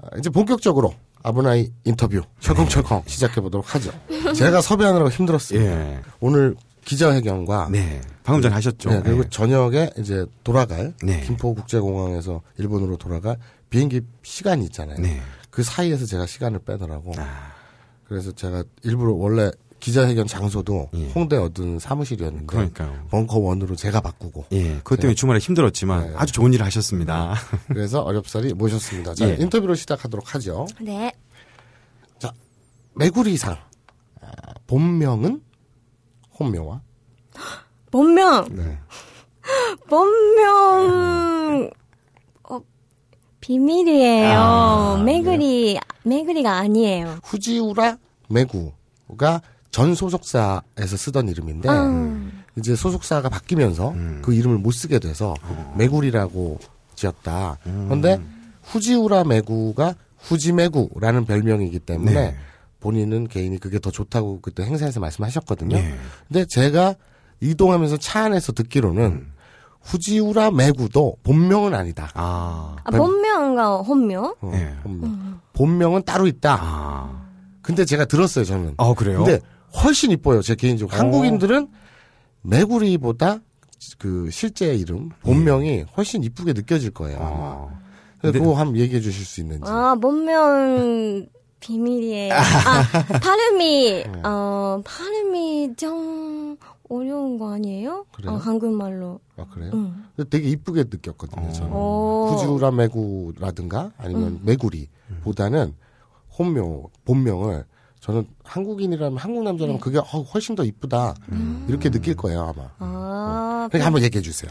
아, 이제 본격적으로 아브나이 인터뷰 철컹철컹 시작해 보도록 하죠. 제가 섭외하느라고 힘들었습니다. 네. 예. 오늘 기자회견과 네. 방금 전에 하셨죠? 네, 그리고 예. 저녁에 이제 돌아갈 네. 김포국제공항에서 일본으로 돌아갈 비행기 시간이 있잖아요. 네. 아. 그 사이에서 제가 시간을 빼더라고. 그래서 제가 일부러 원래 기자회견 장소도 예. 홍대 얻은 사무실이었는데 그러니까요. 벙커 원으로 제가 바꾸고 예, 그것 네. 때문에 주말에 힘들었지만 아주 좋은 일을 하셨습니다. 그래서 어렵사리 모셨습니다. 자 예. 인터뷰를 시작하도록 하죠. 네. 자 메구리상 아, 본명은 혼묘와 본명 [laughs] 네. 본명 어, 비밀이에요. 아, 매그리 매그리가 아니에요. 후지우라 메구가 전 소속사에서 쓰던 이름인데 음. 이제 소속사가 바뀌면서 음. 그 이름을 못 쓰게 돼서 메구리라고 지었다. 음. 그런데 후지우라 메구가 후지메구라는 별명이기 때문에 네. 본인은 개인이 그게 더 좋다고 그때 행사에서 말씀하셨거든요. 예. 근데 제가 이동하면서 차 안에서 듣기로는 음. 후지우라 메구도 본명은 아니다. 아, 아, 본명과 혼명? 어, 예. 본명. 본명은 따로 있다. 아, 근데 제가 들었어요, 저는. 아 그래요? 근데 훨씬 이뻐요. 제 개인적으로 어. 한국인들은 메구리보다 그 실제 이름 본명이 훨씬 이쁘게 느껴질 거예요. 아마. 아, 근데- 근데 그거 한번 얘기해 주실 수 있는지. 아, 본명 비밀이에요. 아, 발음이 네. 어, 발음이 좀 어려운 거 아니에요? 그래요? 어, 한국말로. 아, 그래요? 응. 근데 되게 이쁘게 느꼈거든요. 저는 오. 후지우라 메구라든가 아니면 메구리보다는 혼명 본명을 저는 한국인이라면 한국 남자라면 그게 어, 훨씬 더 이쁘다 이렇게 느낄 거예요 아마. 아, 그러니까 한번 얘기해 주세요.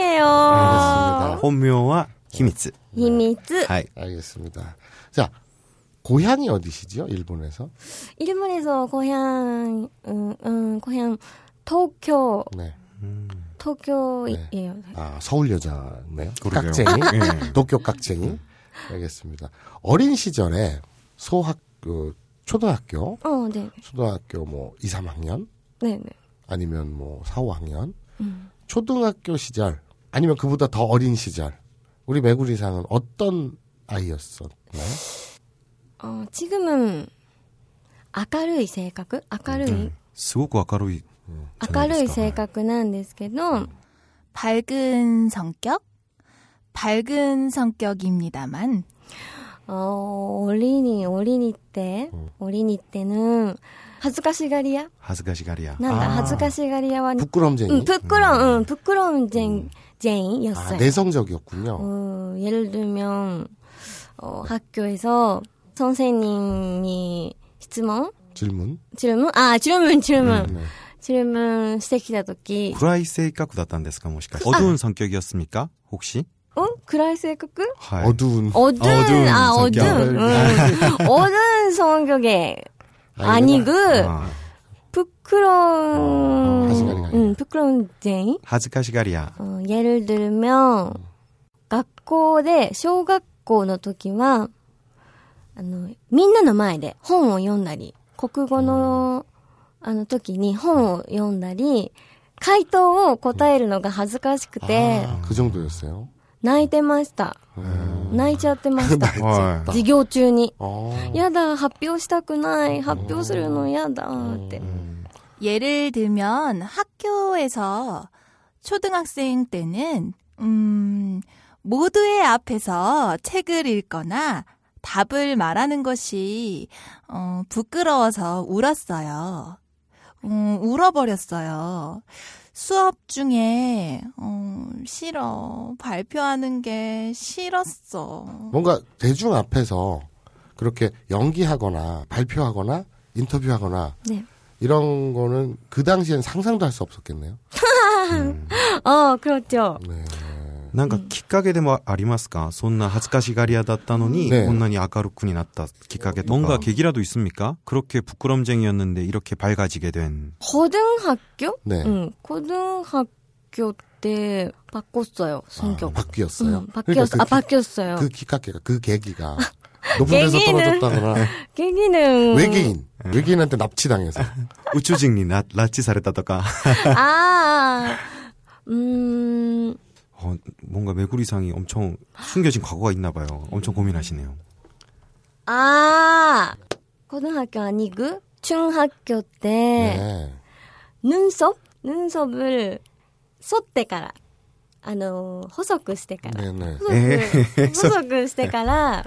비밀이에요. 혼묘와 히미츠. 히미츠. 아. 하이. 알겠습니다. 자 고향이 어디시죠? 일본에서? 일본에서 고향, 음, 음, 고향, 도쿄, 네. 도쿄예요. 아 서울 여자네요. 그러게요. 깍쟁이, 예. 도쿄 깍쟁이. 알겠습니다. 어린 시절에 소학 그 초등학교, 어, 네, 초등학교 뭐 2, 3학년 네, 네. 아니면 뭐 4, 5학년 음. 초등학교 시절 아니면 그보다 더 어린 시절 우리 메구리상은 어떤 아이였었나요? 음, 어, 지금은 아까르이 생각? 음, 아까르이? すごく明るい。 아까르이 저는 있을까? 생각なんですけ 음. ど 밝은 성격? 밝은 성격입니다만 어, 어린이, 어린이 때, 어린이 때는 하즈카시가리야? 恥ずかしがり屋。 난다, 아. 하즈카시가리야와 부끄럼쟁이. 응, 부끄러운, 응, 부끄러운 쟁, 쟁이였어요. 아, 내성적이었군요. 어, 예를 들면 어, 학교에서 선생님이 질문 질문. 질문 아 질문 질문 네. 질문 시키다 도끼 暗い性格だったんですかもしかして。어두운성격이었습니까 혹시? 어 그라이 생각 하이. 어두운 어둔 어두운 아 어둔 성격. 응. 어둔 성격에 아니고 아, 부끄러운 하지가리가 아니라. 응, 부끄러운 쟁이 恥ずかしがり屋。 어, 예를 들면 학교에 小学校の時はあのみんなの前で本を読んだり国語のあの時に本を読んだり回答を答えるのが恥ずかしくて 아, 그 정도였어요. 泣いてました泣いちゃってましたはい授業中に 어. やだ発表したくない発表するのやだって、 예를 들면 학교에서 초등학생 때는 음 모두의 앞에서 책을 읽거나 답을 말하는 것이 어, 부끄러워서 울었어요. 음, 울어버렸어요. 수업 중에 어, 싫어 발표하는 게 싫었어. 뭔가 대중 앞에서 그렇게 연기하거나 발표하거나 인터뷰하거나 네. 이런 거는 그 당시엔 상상도 할 수 없었겠네요. ああクロッチョ 네. なんかきっかけでもありますかそんな恥ずかしがり屋だったのに、ねこんなに明るくになったきっかけ。뭔가계기라도있습니까그렇게부끄럼쟁이였는데이렇게밝아지게 된. 고등학교? 네. 응, 고등학교 때 바꿨어요, 성격. 아, 바뀌었어요. 응, 바뀌었, 그러니까 아, 바뀌었어요. 그 기카케가 그 계기가 높은 데서 계기는- 음. 떨어졌다거나 [laughs] 계기는. 외계인 외계인한테 납치당해서 宇宙人にな拉致されたとか。 아, 음, 어, 뭔가 메구리상이 엄청 숨겨진 과거가 있나 봐요. 엄청 고민하시네요. 아, 고등학교 아니고, 중학교 때, 네. 눈썹? 눈썹을 쏟대から, あの細くしてから 네네. [laughs] 細く、細くしてから、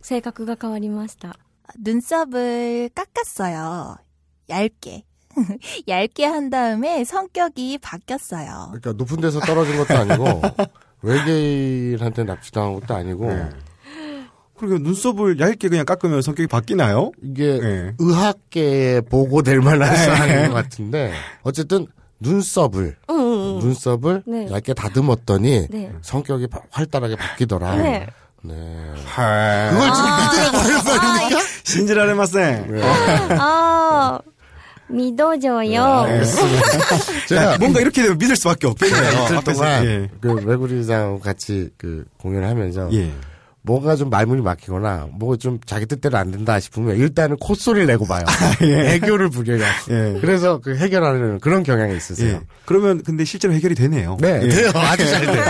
性格が変わりました。 눈썹을 깎았어요. 얇게. [laughs] 얇게 한 다음에 성격이 바뀌었어요. 그러니까 높은 데서 떨어진 것도 [laughs] 아니고 외계인한테 납치당한 것도 아니고 네. 그리고 눈썹을 얇게 그냥 깎으면 성격이 바뀌나요? 이게 네. 의학계에 보고될 만한 사안인 것 같은데 어쨌든 눈썹을 응, 응, 응. 눈썹을 음, 네. 얇게 다듬었더니 네. 성격이 바- 활달하게 바뀌더라. 네. 네. 그러니까 헐. 그걸 지금 믿으라고 하는 말입니까? 신지라레 마센. 아, 믿어줘요. 제가 뭔가 이렇게 되면 믿을 수밖에 없겠네요. 이틀 네. 앞에서. 동안 예. 그 외국인이랑 같이 그 공연을 하면서 예. 뭔가 좀 말문이 막히거나 뭐 좀 자기 뜻대로 안 된다 싶으면 일단은 콧소리를 내고 봐요. 애교를 부려요. 아, 예. 그래서 그 해결하는 그런 경향이 있으세요. 예. 그러면 근데 실제로 해결이 되네요. 네, 예. 돼요. 아주 잘 돼요.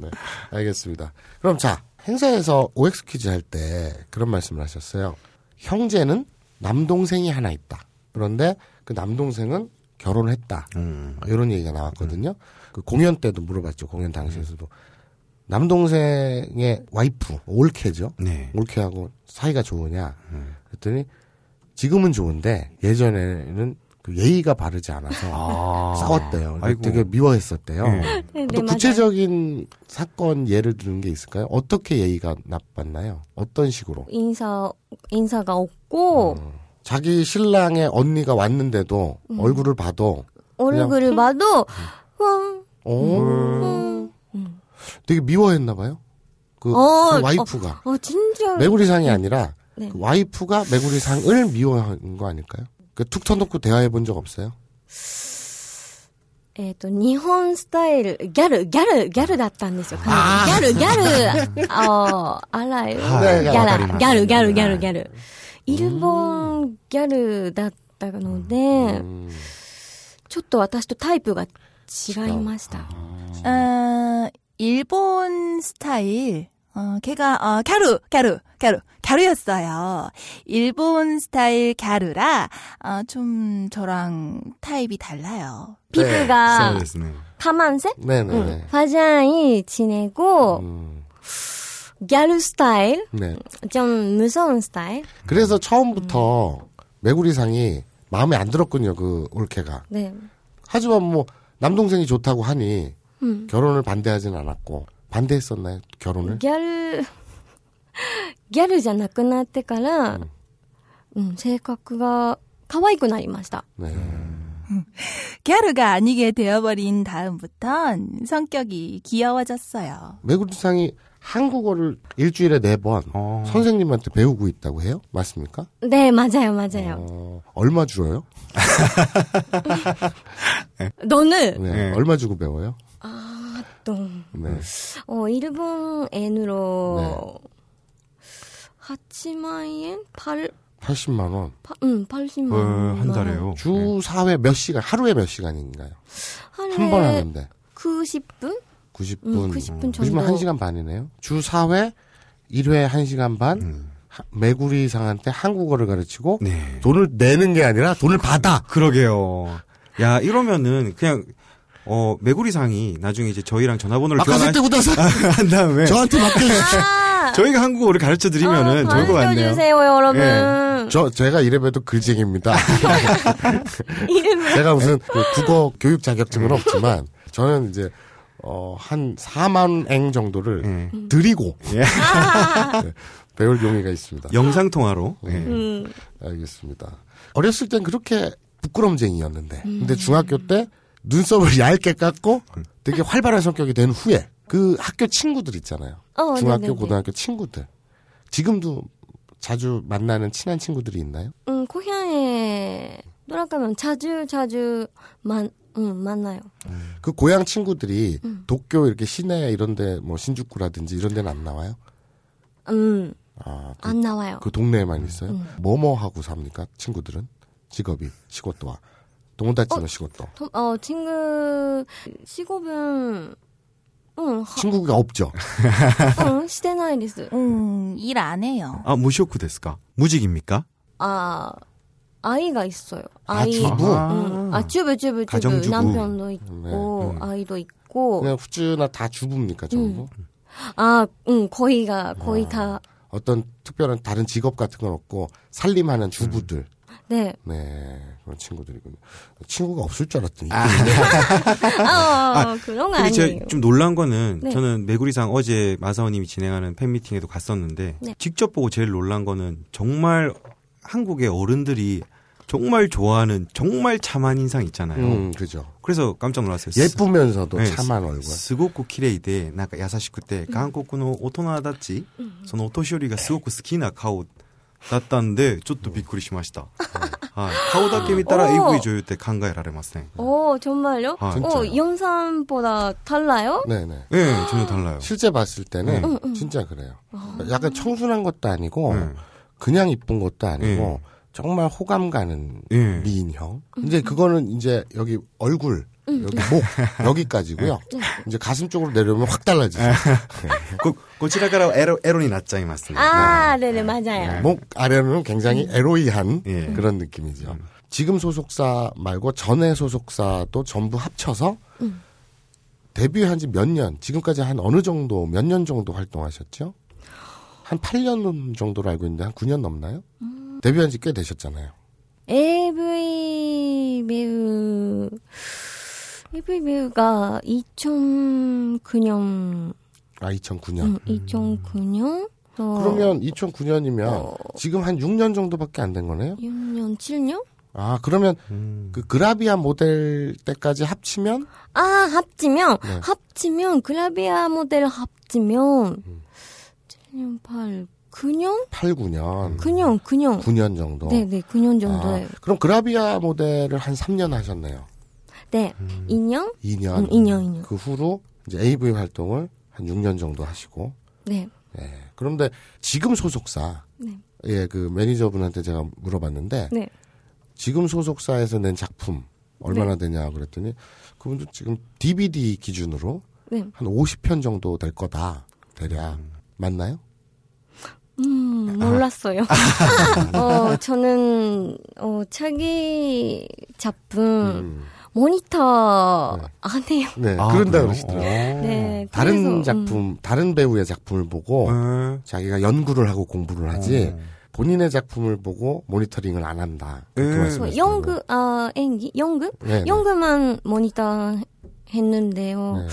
네, 알겠습니다. 그럼 자, 행사에서 OX 퀴즈 할 때 그런 말씀을 하셨어요. 형제는 남동생이 하나 있다. 그런데 그 남동생은 결혼을 했다. 음. 이런 얘기가 나왔거든요. 그 공연 때도 물어봤죠. 공연 당시에서도. 남동생의 와이프, 올케죠. 네. 올케하고 사이가 좋으냐. 그랬더니 지금은 좋은데 예전에는 그 예의가 바르지 않아서 아. 싸웠대요. 아이고. 되게 미워했었대요. 예. 네, 네, 또 맞아요. 구체적인 사건 예를 드는 게 있을까요? 어떻게 예의가 나빴나요? 어떤 식으로? 인사, 인사가 없고, 자기 신랑의 언니가 왔는데도 음. 얼굴을 봐도 얼굴을 봐도, 음, 어 되게 미워했나 봐요. 그, 어, 그 와이프가 어, 진짜. 메구리상이 아니라 네. 그 와이프가 메구리상을 미워한 거 아닐까요? 그툭 터놓고 대화해 본 적 없어요? えっ、と、日本スタイル、ギャル、ギャル、ギャルだったんですよ。かなりギャル、ギャル、あー、あらゆる。ギはいャラわかりま、すギャル、ギャル、ギャル、ギャル。イルボンギャルだったので、 음, ちょっと私とタイプが違いました。 어, 일본 스타일. 어, 걔가 어, 갸루, 갸루, 갸루, 갸루였어요. 일본 스타일 갸루라 어, 좀 저랑 타입이 달라요. ピクが 싸워야 、 아. 됐네. カマンセ、 네네네. ファジャンイ、チネゴ、 음, ギャルスタイル、 네. ジョン、ムソンスタイル。 그래서 처음부터 메구리상이 마음에 안 들었군요. 그 올케가. で、 하지만 뭐 남동생이 좋다고 하니 음. 결혼을 반대하진 않았고 반대했었나요 결혼을? ギャル、ギャルじゃなくなってから、 음. うん、 음, 性格が可愛くなりました。 네. 갸루가 아니게 되어버린 다음부턴 성격이 귀여워졌어요. 매구리상이 한국어를 일주일에 네 번 어. 선생님한테 배우고 있다고 해요? 네, 맞습니까? で、まじゃよまじゃよ。 어, 얼마 줄어요? どぬ、 네. 네. 얼마 주고 배워요? どん。 네. お、イルボン、エヌロ、8万円パル、 80만 원. パうん、パルシ 어, マン。 한 달에요. 주 사회 몇 시간? 하루에 몇 시간인가요? あ 한 번 れ、 하는데 90分 90분. 음, 90분 정도. 요즘은 1시간 반이네요. 주 4회, 1회 1시간 반, 하- 메구리상한테 한국어를 가르치고, 네. 돈을 내는 게 아니라 돈을 받아! 그러게요. 야, 이러면은 그냥 어, 메구리상이 나중에 이제 저희랑 전화번호를 아까 교환한 그때보다 다음에 저한테 맡겨주세요. 아 저희가 한국어를 가르쳐 아, 드리면은 좋을 것 같네요. せよ、よろぶん。 예. 저, 제가 이래봬도 [laughs] 글쟁입니다. 제가 무슨 그 국어 교육 자격증은 없지만, 저는 이제, 어, 한 4만 엥 정도를 예. 음. 드리고, 예. 아. 네, 배울 용의가 있습니다. 영상 통화로. 예. 음. 알겠습니다. 어렸을 땐 그렇게 부끄럼쟁이였는데, 음. 근데 중학교 때 눈썹을 [laughs] 얇게 깎고 되게 활발한 성격이 된 후에 그 학교 친구들 있잖아요. 어, 중학교, 네네네. 고등학교 친구들. 지금도 자주 만나는 친한 친구들이 있나요? 응, 고향에 돌아가면 자주 자주 만, 응, 만나요. 그 고향 친구들이 음. 도쿄 이렇게 시내 이런데 뭐 신주쿠라든지 이런 데는 안 나와요? 음, 아, 그, 안 나와요. 그 음. 동네에만 있어요? 뭐뭐 하고 삽니까? 친구들은? 직업이, 시고또와. 동다치노 시고또. 톰- 어, 친구, 직업은, 응, 하, 친구가 없죠? 응, [laughs] 시대나이리스. 음, 일 안 해요. 아, 무쇼크 데스까? 무직입니까? 아, 아이가 있어요. 아, 아이. 주부? 네, 응, 아, 쭈브, 쭈브, 쭈브. 가정주부. 남편도 있고, 아이도 있고. 어. 음. 그냥 후쭈나 다 주부입니까 전부? 아, 응, 거의가, 거의 다. 어떤 특별한 다른 직업 같은 건 없고 음. 살림하는 주부들 네. 네 그런 친구들이군요. 친구가 없을 줄 알았더니 아, 어, 그런 거 근데 아니에요. 제가 좀 놀란 거는 네. 저는 메구리상 어제 마사오님이 진행하는 팬미팅에도 갔었는데 네. 직접 보고 제일 놀란 거는 정말 한국의 어른들이 정말 좋아하는 정말 참한 인상 있잖아요. 음 그죠. 그래서 깜짝 놀랐어요. 예쁘면서도 네, 참한 얼굴. すごく綺麗でなんか優しくて韓国の大人たち、そのお年寄りがすごく好きな顔だったんでちょっ 음. とびっくりしました、はい、 아. 顔だけ見たらおー AV 女優って考えられますね 오, 어, 정말요? 아, 어, 진짜요? 영상보다 달라요? 네네. 예 예, 전혀 달라요 실제 봤을 때는 음, 아. 진짜 그래요. 약간 청순한 것도 아니고 음. 그냥 이쁜 것도 아니고 정말 호감 가는 네. 음. 음. 미인형. 이제 그거는 이제 여기 얼굴, 여기 목 여기까지고요. 네. 이제 가슴 쪽으로 내려오면 확 달라지죠. ここちらからエロエロになっちゃいますね 아, 네네, 맞아요. 목 아래로는 굉장히 음. 에로이한 예. 그런 느낌이죠. 지금 소속사 말고 전에 소속사도 전부 합쳐서 음. 데뷔한 지 몇 년, 지금까지 한 어느 정도, 몇 년 정도 활동하셨죠? 한 8년 정도로 알고 있는데 한 9년 넘나요? 음. 데뷔한 지 꽤 되셨잖아요. AV 배우, AV 배우가 2009년, 아, 2009년. 음, 2009년? 어, 그러면 2009년이면 지금 한 6년 정도밖에 안 된 거네요? 6년, 7년? 아, 그러면 네. 그 그라비아 모델 때까지 합치면 아, 합치면, 네. 합치면, 그라비아 모델 합치면, 음. 7년, 8, 9년? 8, 9년. 9년, 9년. 9년 정도. 그 네네, 9년 음. 아, 정도예요. 그럼 그라비아 모델을 한 3년 하셨네요. 네, 음. 2년? 2년. 음, 2년, 2년. 그 후로 이제 AV 활동을 한 6년 정도 하시고. 네. 예. 그런데 지금 소속사. 네. 예, 그 매니저분한테 제가 물어봤는데 네. 지금 소속사에서 낸 작품 얼마나 네. 되냐 그랬더니 그분도 지금 DVD 기준으로 네. 한 50편 정도 될 거다. 대략. 맞나요? 음, 아. [laughs] 몰랐어요. 어, 저는, 어, 자기 작품, 음. 모니터 안 해요. 네. 아, 그런다 그래요? 그러시더라고요. 네. 음. 다른 그래서, 작품, 다른 배우의 작품을 보고 어. 자기가 연구를 하고 공부를 하지 음. 본인의 작품을 보고 모니터링을 안 한다. 그렇게 음. 음, 말씀하시더라고요. 연극, 아,演技? 연극? 네, 네. 연극만 모니터 했는데요. 네.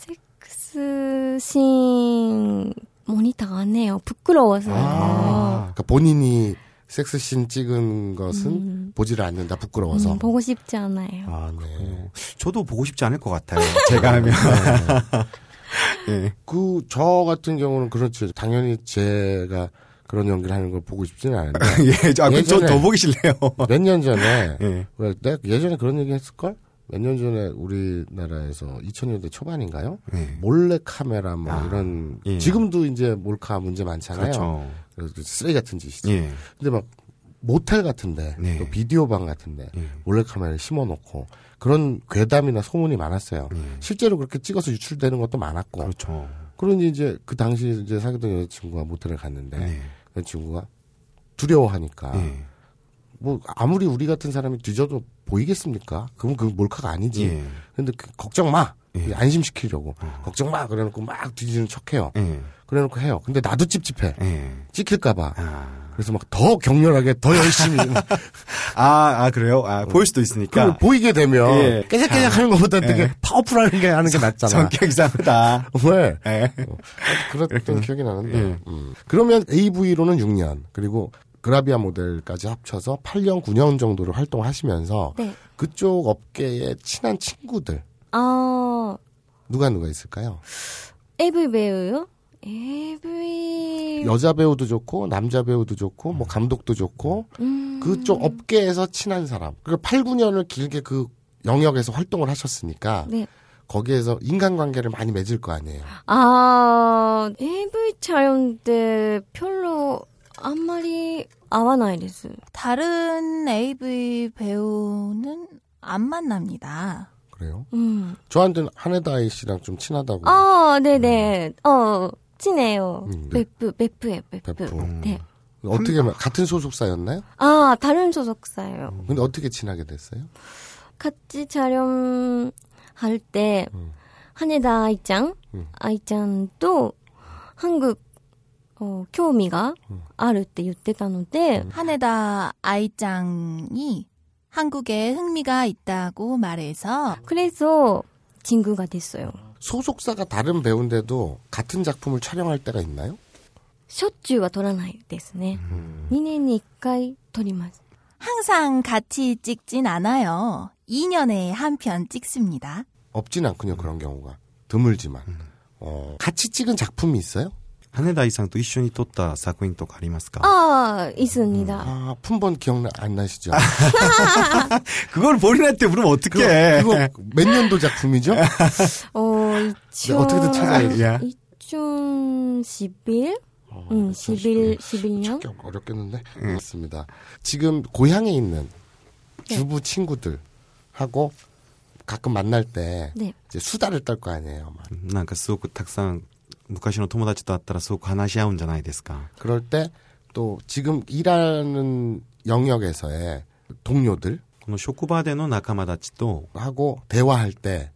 섹스 씬 모니터 안 해요. 부끄러워서. 아, 그러니까 본인이 섹스씬 찍은 것은 보지를 않는다 부끄러워서. 음, 보고 싶지 않아요. 아, 네. 저도 보고 싶지 않을 것 [laughs] 같아요 네. 제가 하면 [laughs] 예. 그 저 같은 경우는 그렇죠. 당연히 제가 그런 연기를 하는 걸 보고 [laughs] 싶지는 않은데 예, 저- 아, 그럼 예전에- 저더 보기 싫네요 몇 년 전에 예. 왜 내가 예전에 그런 얘기 했을 걸? 몇 년 전에 우리나라에서 2000년대 초반인가요? 예. 몰래 카메라 뭐 아, 이런 예. 지금도 이제 몰카 문제 많잖아요. 그렇죠 그래서 쓰레기 같은 짓이죠. 예. 근데 막 모텔 같은데 네. 또 비디오방 같은데 예. 몰래 카메라를 심어놓고 그런 괴담이나 소문이 많았어요. 실제로 그렇게 찍어서 유출되는 것도 많았고 예. 그렇죠 그러니 이제 그 당시 이제 사귀던 여자친구가 모텔에 갔는데 그 네. 여자친구가 두려워하니까 예. 뭐 아무리 우리 같은 사람이 뒤져도 보이겠습니까? 그럼 그 몰카가 아니지. 예. 근데 그 걱정 마. 예. 어. 안심시키려고 걱정 마 그래놓고 막 뒤지는 척해요. 예. 그래놓고 해요. 근데 나도 찝찝해. 예. 찍힐까봐. 아. 그러니까 그래서 막 더 격렬하게 [laughs] 더 열심히 아, 아, 그래요? 아, 볼 수도 있으니까. 그걸 보이게 되면 예. 깨작깨작 하는 것보다 되게 예. 파워풀하게 하는 게 낫잖아. 성격 [laughs] 이상하다. 왜? 예. 그랬던 기억이 나는데. 예. 음. 그러면 AV로는 6년 그리고 그라비아 모델까지 합쳐서 8년 9년 정도를 활동하시면서 네. 그쪽 업계의 친한 친구들 아, 누가 누가 있을까요? AV 배우요? AV 여자 배우도 좋고 남자 배우도 좋고 뭐 감독도 좋고 음. 그쪽 업계에서 친한 사람. 그 8, 9년을 길게 그 영역에서 활동을 하셨으니까 네. 거기에서 인간관계를 많이 맺을 거 아니에요. 아, AV 촬영 때 별로 안 말이 아와나이 데스. 다른 AV 배우는 안 만납니다. 그래요? 음. 저한테는 하네다이 씨랑 좀 친하다고. 아, 네네. 어, 친해요. 음, 네. 베프, 베프예요, 베프. 베프. 음. 네. 어떻게 말- 같은 소속사였나요? 아, 다른 소속사예요. 근데 어떻게 친하게 됐어요? 같이 촬영할 때, 음. 하네다 아이짱, 음. 아이짱 또 한국 어, こう興味が 음. あるって言ってたので、 하네다 아이짱이 한국에 흥미가 있다고 말해서 그래서 친구가 됐어요. 소속사가 다른 배우인데도 같은 작품을 촬영할 때가 있나요? しょっちゅうは撮らないですね。2年に1回撮ります。 항상 같이 찍진 않아요. 2년에 한 편 찍습니다. 없진 않군요 그런 경우가 드물지만 어, 같이 찍은 작품이 있어요? 羽田さんと一緒に撮った作品とかありますか 아, 있습니다. 아 품번 기억나 안 나시죠? 그걸 보리한테 물으면 어떡해. 그거 몇 년도 작품이죠? 아, 어, 네, 이천, 어떻게든 찾아야지. 야. 2011? 응, 11, 11년? 좀 어렵겠는데 맞습니다. 지금 고향에 있는 네. 주부 친구들 하고 가끔 만날 때 네. 이제 수다를 떨 거 아니에요. 아마. なんかすごくたくさん昔の友達と会ったらすごく話し合うんじゃないですか。 그럴 때 또 지금 일하는 영역에서의 동료들 この職場での仲間たちと 하고 대화할 때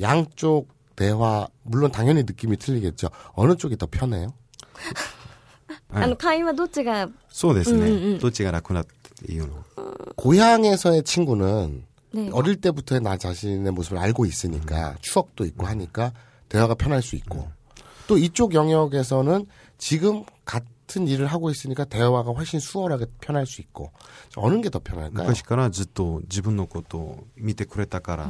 양쪽 대화 물론 당연히 느낌이 틀리겠죠. 어느 쪽이 더 편해요? あの、会話どっちが、そうですね、うんうんうんどっちが楽だっていうの 고향에서의 친구는 네. 어릴 때부터의 나 자신의 모습을 알고 있으니까 추억도 있고 하니까 대화가 편할 수 있고 또 이쪽 영역에서는 지금 같은 일을 하고 있으니까 대화가 훨씬 수월하게 편할 수 있고 어느 게 더 편할까요? 昔からずっと自分のことを見てくれたから、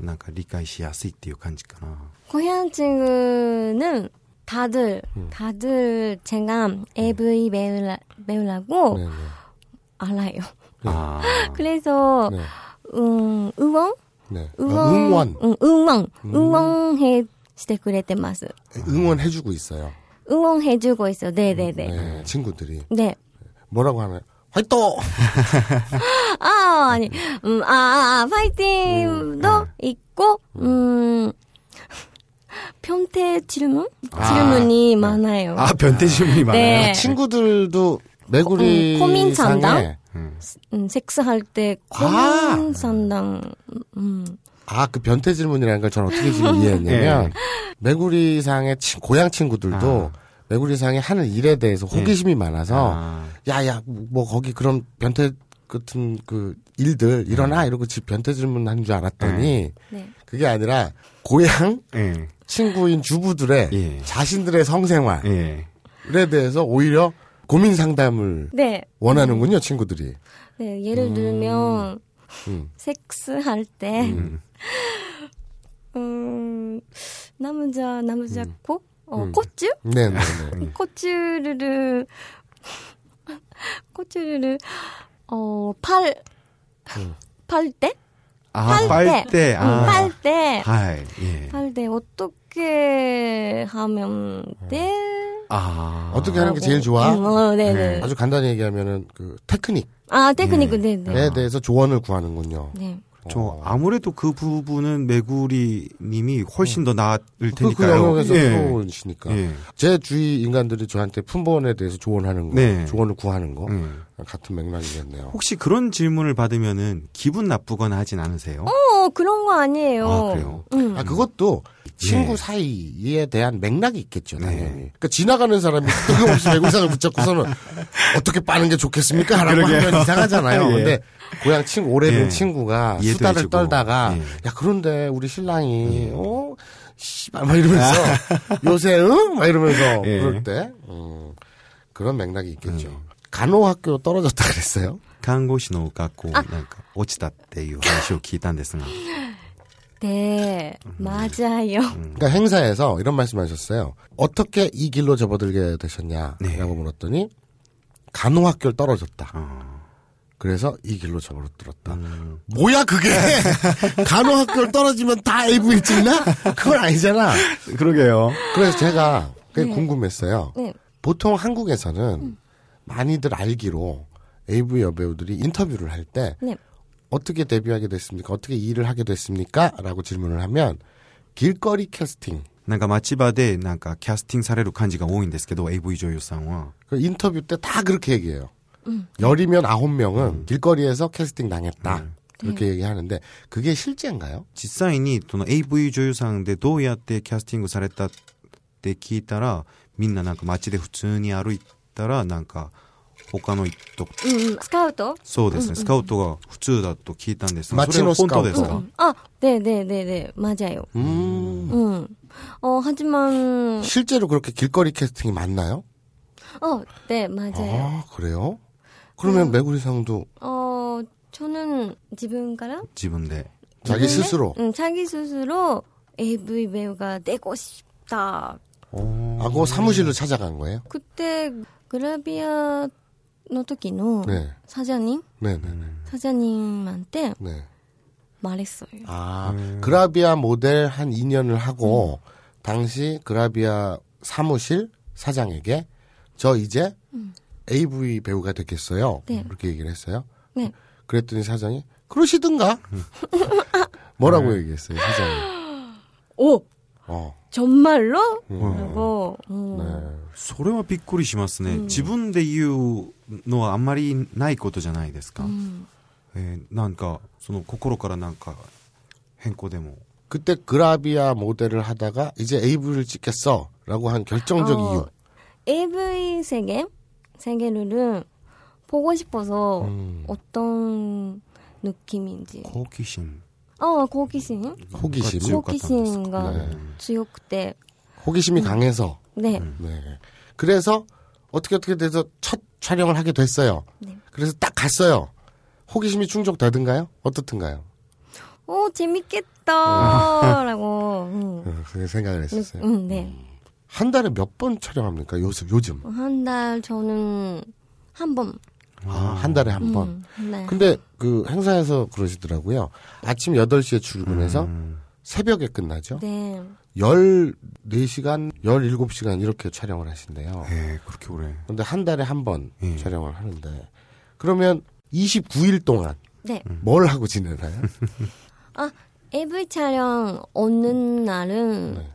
なんか理解しやすいっていう感じかな 고향 친구는 다들, 다들 제가 AV 배우라, 배우라고 네네. 알아요. あ 그래서, 네. 음, 응원? 네. 응원. 응원 응, 응원. 응원해, してくれてます. 응원해주고 있어요. 응원해주고 있어요. 음. 네네네. 네. 네, 친구들이 네. 뭐라고 하나요? 화이팅! 아, 아니, 음, 아, 아, 아, 파이팅도 있고, 음, 변태 질문? 질문이 많아요. あ변태질문이 네. 친구들도 매구리 음, 고민 상에 상담? 음, 섹스할 때 아. 고민 상담, 음, 아그 변태 질문이라는 걸 저는 어떻게 지금 이해했냐면 매구리 상의 친- 고향 친구들도 매구리 상이 하는 일에 대해서 호기심이 많아서 아, 야야 뭐 거기 그런 변태 같은 그 일들 일어나 이러고 지- 변태 질문하는 줄 알았더니 네. 그게 아니라 고향 예 친구인 주부들의 예. 자신들의 성생활에 예 대해서 오히려 고민 상담을 네. 원하는군요 친구들이 네, 예를 들면, 음. 섹스할 때, 음. 음, 남자, 남자 코? 어, 코츠? 네네네 음. 코츠르르 코츠르르 어팔 음. 팔대 아 빨대. 빨대 아 음, 팔대 はい 예. ええ 팔대 어떻게 하면 돼? あー 어떻게 하는 게 제일 좋아? 음, 어, 네네. 아주 간단히 얘기하면은 그 테크닉에 아 테크닉 네네. 대해서 조언을 구하는군요. 어. 네. 저 아무래도 그 부분은 메구리님이 훨씬 더 나을 그, 그 테니까요. 영역에서 예. 프로시니까 예. 제 주위 인간들이 저한테 품번에 대해서 조언하는 거, 네. 조언을 구하는 거 예. 같은 맥락이겠네요. 혹시 그런 질문을 받으면은 기분 나쁘거나 하진 않으세요? 어 그런 거 아니에요. 음. 아 그래요. 아 그것도 친구 예. 사이에 대한 맥락이 있겠죠, 당연히. 네. 그러니까 지나가는 사람이 뜬금없이 외국사를 붙잡고서는 어떻게 빠는 게 좋겠습니까? 라고 하면 이상하잖아요. [laughs] 예. 근데 고향 친구, 오래된 예. 친구가 이해도 수다를 해주고. 떨다가 예. 야, 그런데 우리 신랑이, 어? 씨발, 막 [laughs] 이러면서 요새, 응? 막 이러면서 예. 음. 그럴 때, 음, 그런 맥락이 있겠죠. 간호학교 떨어졌다 그랬어요? 看護師の学校 아. なんか落ちたっていう話を聞いたんですが、 네 맞아요. 그러니까 행사에서 이런 말씀하셨어요. 어떻게 이 길로 접어들게 되셨냐라고 네. 물었더니 간호학교를 떨어졌다. 어, 그래서 이 길로 접어들었다. 음, [laughs] 뭐야 그게 간호학교를 떨어지면 다 AV 찍나? 그건 아니잖아. 그러게요. 그래서 제가 그게 궁금했어요. 네. 보통 한국에서는 많이들 알기로 AV 여배우들이 인터뷰를 할 때 네. 어떻게 데뷔하게 됐습니까? 어떻게 일을 하게 됐습니까? 라고 질문을 하면 길거리 캐스팅 なんか町場でなんかキャスティングされる感じが多いんですけど AV 女優さんは 그 인터뷰 때 다 그렇게 얘기해요. 열이면 아홉 명은 길거리에서 캐스팅 당했다. 그렇게 얘기하는데 그게 실제인가요? 実際にその AV 女優さんでどうやってキャスティングされたって聞いたらみんななんか街で普通に歩いたらなんか他のとうんうん、スカウトそうですね、スカウトが普通だと聞いたんですが街のそれは本当ですうか、ん、あ、で、で、で、で、 네, 맞아요 うーん 음. 어, 하지만, 음. 실제로 그렇게 길거리 캐스팅이 많나요? 어, 네, 아, 맞아요. 그래요? 그러면 메구리상도 어, 저는 지금가라 自分で 자기 스스로 응, 자기 스스로 AV 배우가 되고 싶다. 하고 사무실로 찾아간 거예요? 그때 그라비아 노토키노 네. 사장님, 네, 네, 네. 사장님한테 네. 말했어요. 아, 그라비아 모델 한 2년을 하고 당시 그라비아 사무실 사장에게 저 이제 AV 배우가 됐겠어요. 네. 그렇게 얘기를 했어요. 네. 그랬더니 사장이 그러시든가 [laughs] 뭐라고 얘기했어요 사장이. 오, 어, 정말로? 음. 네. 라고. 음. それはびっくりしますね、自分で言うのはあんまりないことじゃないですか、えーなんかその心からなんか変更でも 그때 그라비아 모델을 하다가 이제 AV를 찍겠어라고 한 결정적 어, 이유. AV 세계 세계를 보고 싶어서 음. 어떤 느낌인지. 好奇心 어, 호기심. 호기심. 그렇죠. 지옥 같은 거 있을 호기심과 네. 지옥대. 호기심이 강해서. 네. 네. 그래서 어떻게 어떻게 돼서 첫 촬영을 하게 됐어요. 네. 그래서 딱 갔어요. 호기심이 충족되든가요? 어떻든가요? 오 음. 재밌겠다라고. 응. 어, 그렇게 생각을 했었어요. 응, 네. 한 달에 몇 번 촬영합니까? 요즘 요즘 한 달 저는 한 번. 아, 한 달에 한 번. 음, 네. 근데 그 행사에서 그러시더라고요. 아침 8시에 출근해서 새벽에 끝나죠. 네. 14시간, 17시간 이렇게 촬영을 하신대요. 에 그렇게 오래 근데 한 달에 한 번 네. 예. 촬영을 하는데 그러면 29일 동안 네. 뭘 하고 [laughs] 지내나요? 아, AV 촬영 오는 날은 네.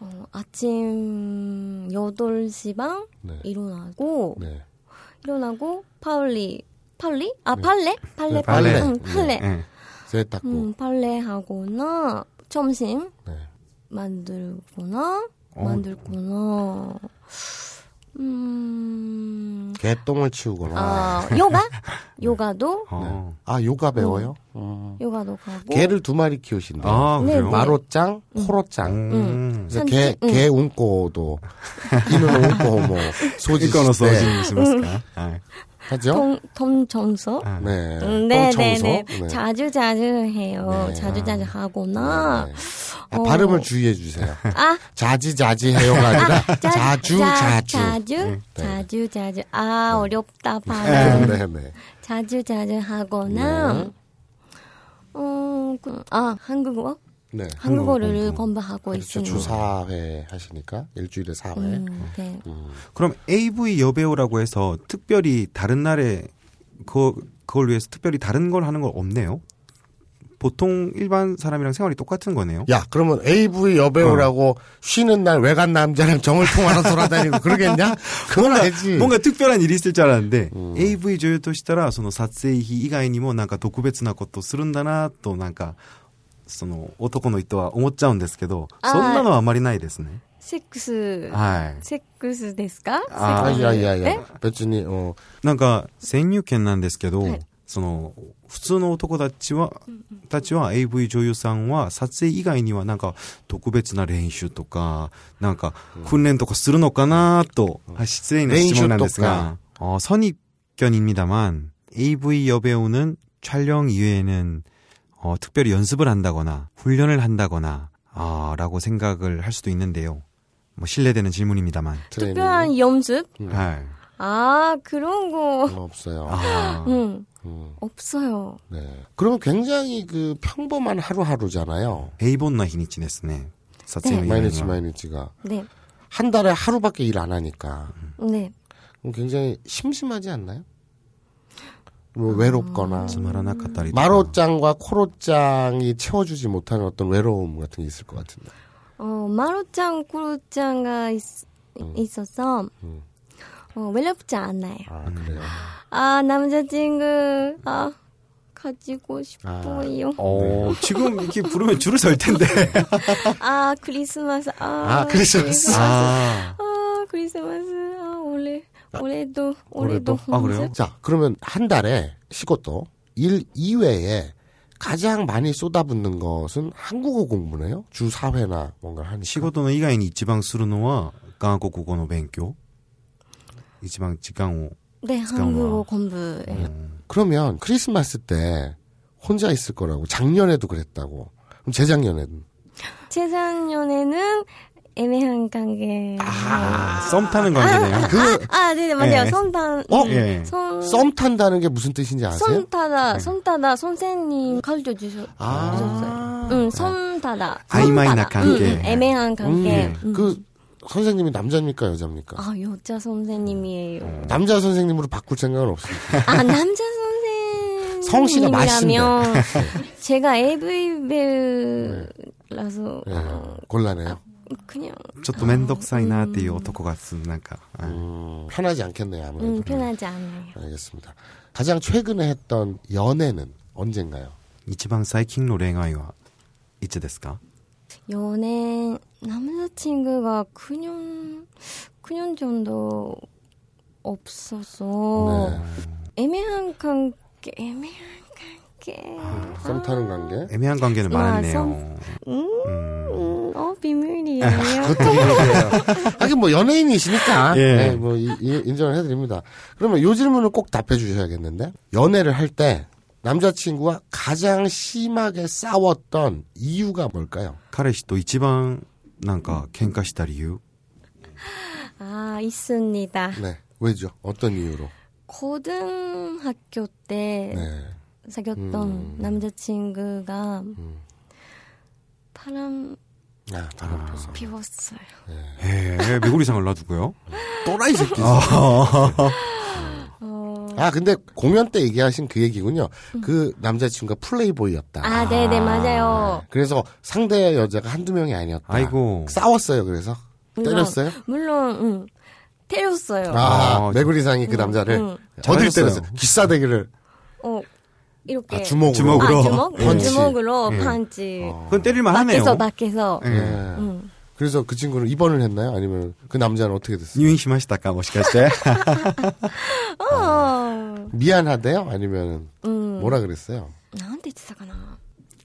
어, 아침 8시 반 네. 일어나고 네. 일어나고 파울리 파울리? 아, 팔레? 팔레 네, 팔레. 응, 팔레. 예 세탁고. 음, 팔레 하거나 점심 네. 만들거나 어. 만들거나 음. 개똥을 치우거나. 아, 아, 요가? [laughs] 네. 요가도 아, 요가 음. 배워요? 요가도 가고 어. 개를 두 마리 키우신다. 뭐? 아 그래요 네. 마로짱, 코로짱. 음. 그래서 산지- 개, 응. 개 운꼬도, 이는 운꼬 뭐, 소지. 一個の掃除 시대 にしますか、はい 하죠? 통, 통청소? 네. 음, 네, 네, 청소. 네. 네. 자주 자주 해요. 네. 자주 자주 하거나 네. 아, 발음을 주의해 주세요. 어. 아, 자지자지 해요가 아니라 자- 자주 자- 자주. 음, 자주 자주 자주 아 어렵다 발음. 네, 네. 자주 자주 하거나 음, 그- 아 한국어 네. 한국어를 공부하고 그렇죠. 있습니다. 주사회 하시니까 일주일에 사회. 음, 네. 그럼 AV 여배우라고 해서 특별히 다른 날에 그 그걸 위해서 특별히 다른 걸 하는 건 없네요. 보통 일반 사람이랑 생활이 똑같은 거네요. 야, 그러면 AV 여배우라고 쉬는 날 외간 남자랑 정을 통하러 돌아다니고 그러겠냐? 그건 아니지. 뭔가 특별한 일이 있을 줄 알았는데 AV 女優としたらその撮影費以外にもなんか特別なことするんだなとなんかその男の人は思っちゃうんですけど 아. あーそんなのはあまりないですね。 섹스 はい。 섹스 ですか？ 아. 섹스. 네? 아야야야. 배준이 어, なんか先入権なんですけど、はいその普通の男たちは、たちは AV 女優さんは撮影以外にはなんか特別な練習とか、なんか訓練とかするのかなと、あ失礼な質問なんですが、어선입견입니다만 AV 여배우는 촬영 이외에는 어, 특별히 연습을 한다거나 훈련을 한다거나 아, 라고 생각을 할 수도 있는데요. 뭐 실례되는 질문입니다만. 트레이닝 특별한 연습? 네. 아 그런 거 [laughs] 없어요. 아, 음, 음, 없어요. 네. 그러면 굉장히 그 평범한 하루하루잖아요. 平凡な日にちですね。撮影の依頼は 마이너스 마이너스가 네, 한 달에 하루밖에 일 안 하니까 네. 그럼 굉장히 심심하지 않나요? 뭐 외롭거나 つまらなかったりとか 마로짱과 코로짱이 채워주지 못하는 어떤 외로움 같은 게 있을 것 같은데. 어 마루짱, 코루짱가 있, 있어서 어, 외롭지 않아요. 아 그래요. 아 남자친구 아 가지고 아, 싶어요. 어, 지금 이렇게 부르면 줄을 설 텐데. 아, 크리스마스. 아, 아, 크리스마스. 아, 아, 크리스마스. 아, 올해, 올해도, 올해도? 올해도. 아, 그래요? 자, 그러면 한 달에 시것도 일 이외에 가장 많이 쏟아붓는 것은 한국어 공부네요. 주 4회나 뭔가 하는 仕事の以外に一番するのは韓国語の勉強。一番時間を。 네, 한국어 공부예요. 그러면 크리스마스 때 혼자 있을 거라고 작년에도 그랬다고. 그럼 재작년에는 재작년에는 애매한 관계. 아, 썸 타는 관계네요. 그 아, 네네, 맞아요. 예. 선단. 네. 어? 예. 선, 썸 탄다는 게 무슨 뜻인지 아세요? 예. 선타다, 선타다, 선생님 가르쳐 주셨, 아, 응, 선타다. 아이마이나 관계. 응, 응, 애매한 관계. 음, 음. 그 선생님이 남자입니까 여자입니까? 아, 여자 선생님이에요. 남자 선생님으로 바꿀 생각은 없습니다. 아, 남자 선생님. 성씨가 마신데. [laughs] 제가 AV 배우라서, 예, 어, 곤란해요. 그냥, ちょっと面倒くさいなっていう男がする、なんか。はい 음, 편하지 않겠네요 아무래도. 아. 음, 편하지 않아요. 알겠습니다. 가장 최근에 했던 연애는 언젠가요? 一番最近の恋愛はいつですか 연애, 남자친구가 그년, 그년 정도 없어서, 네. 애매한 관계, 애매한 관계. 아, 썸 타는 관계? 애매한 관계는 와, 많았네요. 음, 어, 비밀이에요. 아, 그것도 뭐. 모르겠어요. 하긴 뭐 연예인이시니까 예. 네, 뭐 이- 이- 인정을 해드립니다. 그러면 요 질문을 꼭 답해 주셔야겠는데 연애를 할 때 남자친구와 가장 심하게 싸웠던 이유가 뭘까요? 彼氏と一番なんか喧嘩した理由 [laughs] 아, 있습니다. 네, 왜죠? 어떤 이유로? 고등학교 때 네. 사귀었던 음. 남자친구가 음. 바람 아, 바람 펴서. 피웠어요. 에, 메구리상을 놔두고요. 또라이 새끼지. 어, 아, 근데 공연 때 얘기하신 그 얘기군요. 그 남자친구가 플레이보이였다. 아, 네네, 맞아요. 그래서 상대 여자가 한두 명이 아니었다. 아이고. 싸웠어요, 그래서? 물론- 때렸어요? 물론, 음, 응. 때렸어요. 아, 아, 매구리상이 음, 그 남자를 응. 어딜 잘하셨어요. 때렸어요? 기싸대기를. 어, 이렇게. 아, 주먹으로. 주먹으로. 아, 주먹? 예. 어. 주먹으로 예. 판치. 그건 때릴만 하네요. 밖에서, 밖에서. 예. 예. 음. 그래서 그 친구는 입원을 했나요? 아니면 그 남자는 어떻게 됐어요? 入院しましたかもしか [laughs] して。 어, 미안하대요? 아니면 음. 뭐라 그랬어요? 나한테 했었구나.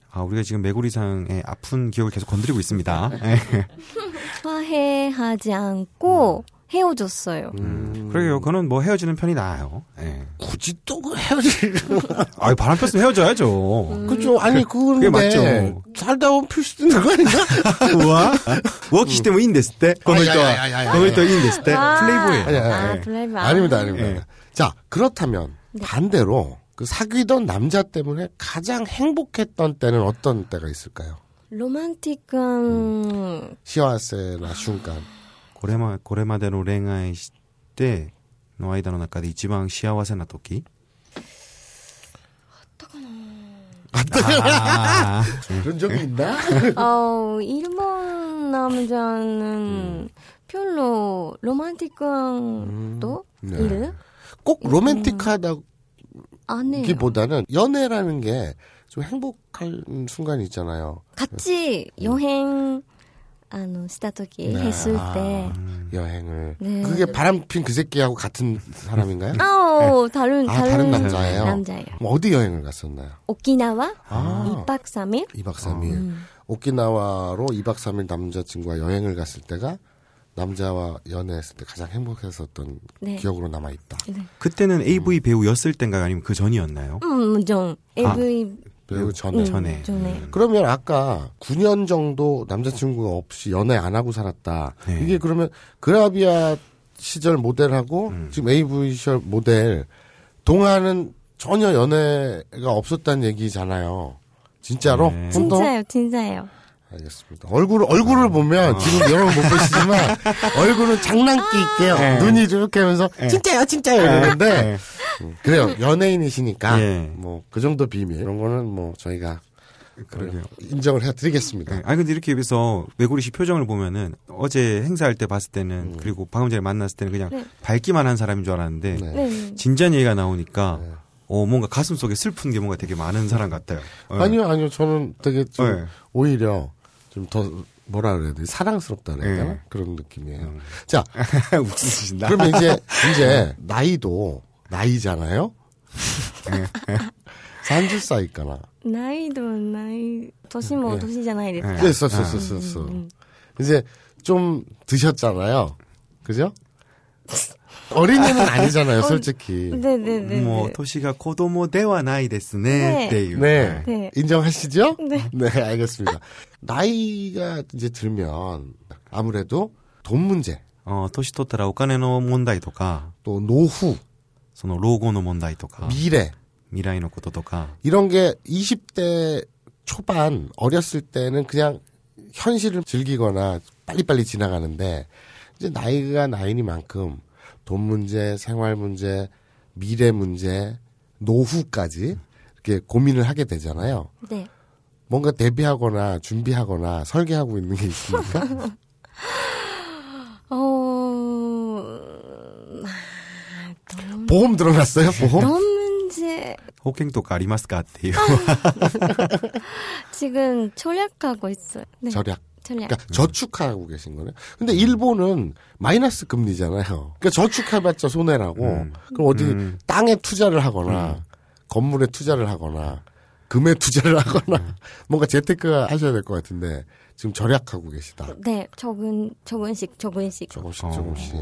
아, 우리가 지금 메구리상의 아픈 기억을 계속 건드리고 있습니다. 예. 화해하지 않고 음. 헤어졌어요. 그러게요. 그는 뭐 헤어지는 편이 나아요. 예. 굳이 또그 헤어질. 아, 바람 폈으면 헤어져야죠. [laughs] 그죠? 아니, 그게 그거는데. 맞죠. 살다 보면 필수 있는 거 아닌가? うわ浮気してもいいんですって。この人いやいやいやいやは。この人はいいんですって。プレイボあーーいやいやイ。 아, 예. 블라이브. 네, 아닙니다, 아닙니다. 예. 자, 그렇다면 반대로 그 사귀던 남자 때문에 가장 행복했던 때는 어떤 때가 있을까요? 로man틱한 음. 시와세나 순간. これま、これまでの恋愛して、の間の中で一番幸せな時 아, 그런 적이 있나? 어, 일본 음. 남자는 별로 로man틱한 도 네. 일? [laughs] 꼭 로맨틱하다기보다는 안 해요. 뭐 연애라는 게 좀 행복한 순간이 있잖아요. 같이 음. 여행, 아, 노, 시다토기 네. 했을 아. 때. 음. 여행을. 네. 그게 바람핀 그 새끼하고 같은 사람인가요? 아, 오, 다른, 아, 다른 남자예요? 남자예요. 그럼 어디 여행을 갔었나요? 오키나와 아. 2박 3일? 2박 3일. 음. 오키나와로 2박 3일 남자친구와 여행을 갔을 때가 남자와 연애했을 때 가장 행복했었던 네. 기억으로 남아있다. 그때는 AV 배우였을 땐가요? 아니면 그 전이었나요? 음, 좀, AV, 그리고 아, 네, 전에. 음. 전에. 네. 전에. 그러면 아까 9년 정도 남자친구가 없이 연애 안 하고 살았다. 네. 이게 그러면 그라비아 시절 모델하고 지금 AV 시절 모델 동안은 전혀 연애가 없었다는 얘기잖아요. 진짜로? 네. 혼동? 진짜요, 진짜요. 알겠습니다. 얼굴 얼굴을 어. 보면 지금 여러분 못 [laughs] 보시지만 얼굴은 장난기 있게요. 아. 네. 눈이 이렇게 하면서 진짜요, 진짜요 이러는데 음, 그래요. 연예인이시니까 예. 뭐 그 정도 비밀 이런 거는 뭐 저희가 어, 그러게요. 인정을 해드리겠습니다. 네. 아니 근데 이렇게 해서 외구리 씨 표정을 보면은 어제 행사할 때 봤을 음. 때는 그리고 방금 전에 만났을 때는 그냥 밝기만 한 사람인 줄 알았는데 네. 네. 진지한 얘기가 나오니까 어, 뭔가 가슴 속에 슬픈 게 뭔가 되게 많은 사람 같아요. 예. [laughs] 아니요, 아니요. 저는 되게 좀 예. 오히려 좀 더 뭐라 그래야 돼? 사랑스럽다 그래야 되나? 예. 그런 느낌이에요. [laughs] 자, 웃으신다. 그러면 이제 네. 이제 나이도 나이잖아요. 네. [laughs] 30歳から。 나이 도 나이 도시 뭐 예. 도시 じゃないですか 네, 음. 썼어, 썼어, 썼어. 이제 좀 드셨잖아요. 그죠? 어린이는 아니잖아요, 솔직히. 네네네. 뭐 도시가 고도모 대화 나이 네. ですね. 네. 네. 네. 인정하시죠? 네. 알겠습니다. 나이가 이제 들면 아무래도 돈 문제, 어, 도시 토탈라 오카네노 문제とか, 또 노후, その老後の問題とか, 미래, 未来のこととか, 이런 게 20대 초반 어렸을 때는 그냥 현실을 즐기거나 빨리빨리 지나가는데 이제 나이가 나이니만큼 돈 문제, 생활 문제, 미래 문제, 노후까지 이렇게 고민을 하게 되잖아요. 네. 뭔가 대비하거나 준비하거나 설계하고 있는 게 있습니까? 어. 음, 아, 돈, 보험 들어놨어요? 보험? 돈 문제 호갱 또 가리마스 같아요. 지금 절약하고 있어요. 네. 절약. 절약. 음. 그러니까 저축하고 계신 거네. 근데 일본은 마이너스 금리잖아요. 그러니까 저축해봤자 손해라고. 음. 그럼 어디 음. 땅에 투자를 하거나 건물에 투자를 하거나 금에 투자를 하거나 음. [laughs] 뭔가 재테크 하셔야 될 것 같은데 지금 절약하고 계시다. 네. 적은 적은씩 조금씩. 조금씩 어. 조금씩.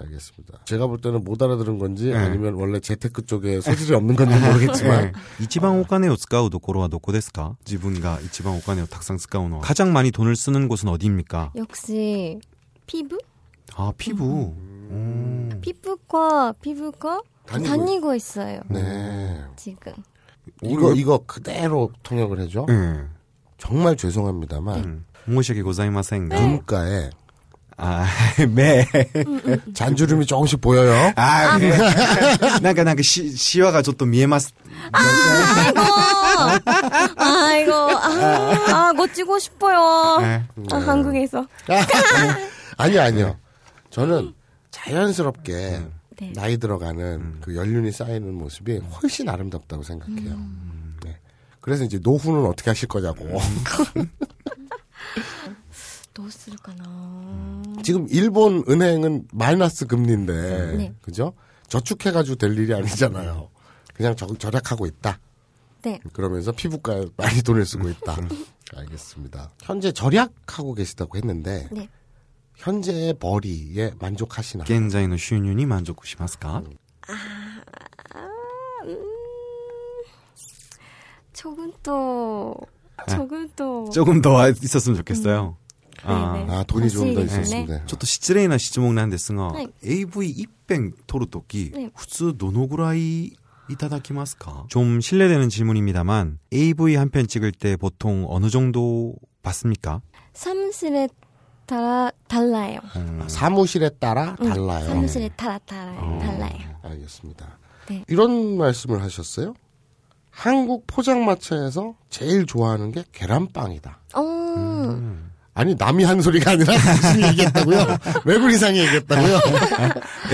알겠습니다. 제가 볼 때는 못 알아들은 건지 네. 아니면 원래 재테크 쪽에 소질이 없는 건지 [laughs] 모르겠지만 이치방 오카네오 使うところはどこですか? 지분가 이치방 오카네오 탁상 使うの 가장 많이 돈을 쓰는 곳은 어디입니까? 역시 피부? 아, 피부. 음. 피부과 피부과 다니고 다니고, 있어요. 네. 지금. 이거 이거 그대로 통역을 해줘. 예. 정말 죄송합니다만 음. 申し訳ございませんが. 눈가에 아, [laughs] 매. 잔주름이 조금씩 보여요. 아, 네. なんかなんかし、シワがちょっと見えます. 아이고. 아이고. 아, 아 멋지고 싶어요. 네. 아, 한국에서. 아니요, 아니요. 저는 자연스럽게 네. 나이 들어가는 그 연륜이 쌓이는 모습이 훨씬 아름답다고 생각해요. 음. 네. 그래서 이제 노후는 어떻게 하실 거냐고. 그- どうするかな 지금 일본 은행은 마이너스 금리인데, 네. 그죠? 저축해가지고 될 일이 아니잖아요. 그냥 저, 절약하고 있다. 네. 그러면서 피부과에 많이 돈을 쓰고 있다. [laughs] 알겠습니다. 현재 절약하고 계시다고 했는데, 네. 현재의 벌이에 만족하시나? 現在の収入に満足しますか 아, 조금 음. 또 네. 조금 또 조금 더 있었으면 좋겠어요. 네, 네. 아, 아, 돈이 좀 더 사실 있었으면 돼. ちょっと失礼な質問なんですが、はい AV 一遍撮るときはい、普通どのぐらいいただきますか좀실례되는질문입니다만 AV 한 편 찍을 때 보통 어느 정도 받습니까? 사무실에 따라 달라요. 아, 사무실에 따라 응, 달라요. 어. 음, 음, 사무실에 따라 달라요. 달라요. 알겠습니다. 네. 이런 말씀을 하셨어요. 한국 포장마차에서 제일 좋아하는 게 계란빵이다. 어, 음. 아니 남이 한 소리가 아니라 [laughs] 당신이 얘기했다고요? 외국인상이 얘기했다고요?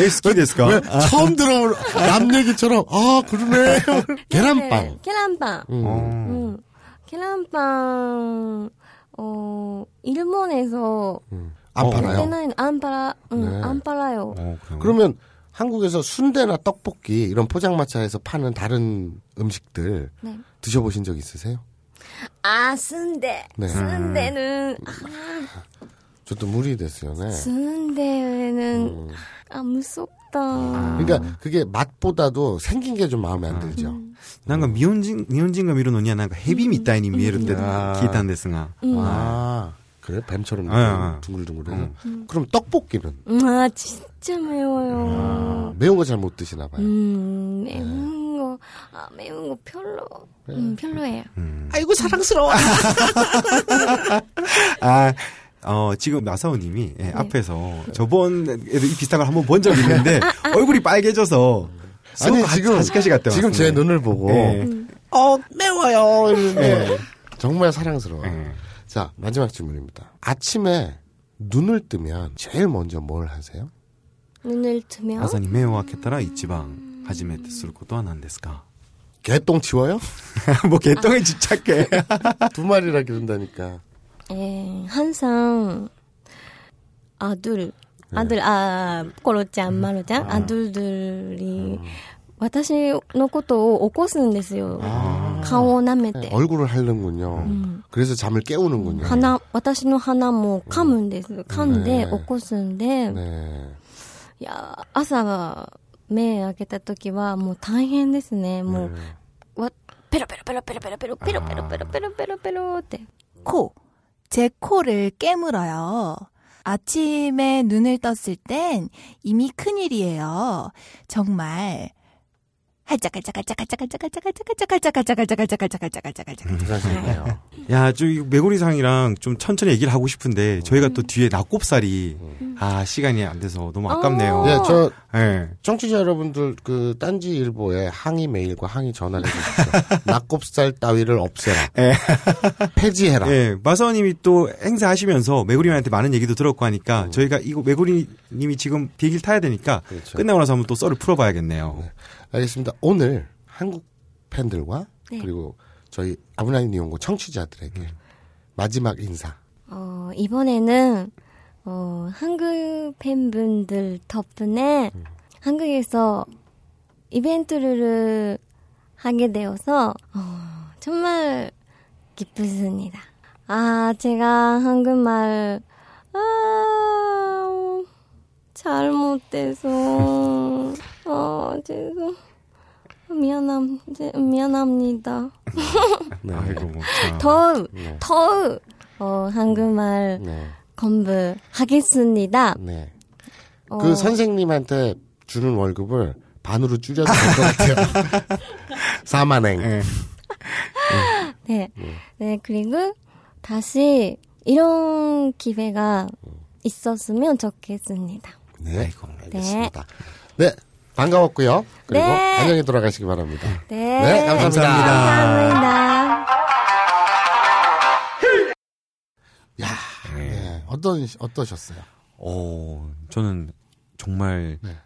에好きですか 왜 처음 들어온 남 얘기처럼 아 그러네 네, 계란빵. 계란빵. 음. 음. 계란빵 어 일본에서 안 어. 음. 팔아요. 때는 안 팔아. 응, 네. 안 팔아요. 그러면 한국에서 순대나 떡볶이 이런 포장마차에서 파는 다른 음식들 네. 드셔보신 적 있으세요? 아 순대. 네. 순대는 아, 저도 무리 됐어요. 네. 음. 순대는 아 무섭다. 그러니까 그게 맛보다도 생긴 게 좀 마음에 안 들죠. なんか日本人、日本人が見るのにはなんか蛇みたいに見える 음. って聞いたんですが。 아, 음. 그래? 뱀처럼 아, 아. 둥글둥글해서. 그럼 떡볶이는? 음, 아 진짜 매워요. 아, 매운 거 잘 못 드시나 봐요. 음 매운 거, 아 매운 거 별로, 네. 음 별로예요. 아, 어, 지금 나사오님이 예, 앞에서 저번 에도 이 비슷한 걸 한번 본 적이 있는데 얼굴이 빨개져서 아니, 지금, 하시카시 갔다 지금 제 눈을 보고, 예. 어, 매워요. 이러는데, 정말 사랑스러워요. 예. 자, 마지막 질문입니다. 아침에 눈을 뜨면 제일 먼저 뭘 하세요? 눈을 뜨면 朝に目を開けたら一番初めてすることは何ですか 개똥 치워요? [laughs] 뭐 개똥에 집착해. [laughs] 두 마리나 기른다니까. 예, 항상 아들, 아들, 아, 코로짱, 마로짱, 아들들이 私のことを起こすんですよ。顔を舐めて。 얼굴을 하는군요. 그래서 잠을 깨우는군요. 鼻、私の鼻も噛むんです。噛んでねえ起こすんで、 네. いやー、朝は目開けた時はもう大変ですね。もう、わ、ペロペロペロペロペロペロペロペロペロペロペロペロって。 코. 제 코를 깨물어요. 아침에 눈을 떴을 땐 이미 큰일이에요. 정말. 할짝할짝할짝할짝할짝할짝할짝할짝할짝할짝할짝할짝할짝할짝할짝. 부산시네요. [laughs] 야, 좀 메구리상이랑 좀 천천히 얘기를 하고 싶은데 저희가 또 뒤에 낙곱살이 아 시간이 안 돼서 너무 어. 아깝네요. 예, 저 예. 청취자 여러분들 그 딴지 일보에 항의 메일과 항의 전화를 [laughs] 주십시오. 낙곱살 따위를 없애라. 폐지해라. 예, 마사오님이 또 행사하시면서 메구리님한테 많은 얘기도 들었고 하니까 저희가 이거 메구리님이 지금 비행기를 타야 되니까 그렇죠. 끝나고 나서 한번 또 썰을 풀어봐야겠네요. 알겠습니다. 오늘 한국 팬들과 네. 그리고 저희 아브나이 니온고 청취자들에게 마지막 인사. 어, 이번에는 어, 한국 팬분들 덕분에 한국에서 이벤트를 하게 되어서 어, 정말 기쁘습니다. 아, 제가 한국말 아, 잘못돼서 어, 죄송 미안함 미안합니다. 네. 아이고, 뭐, 참. 더욱 네. 더욱 어, 한국말 네. 건부하겠습니다. 네. 어, 그 선생님한테 주는 월급을 반으로 줄여도 될 것 같아요. [laughs] 4만행. 예. 네. 음. 네, 그리고 다시 이런 기회가 음. 있었으면 좋겠습니다. 네. 알겠습니다. 네. 반가웠고요. 그리고 네. 안녕히 돌아가시기 바랍니다. 네. 네, 감사합니다. 감사합니다. 야, 예. 네. 어떤 어떠셨어요? 어, 저는 정말 네.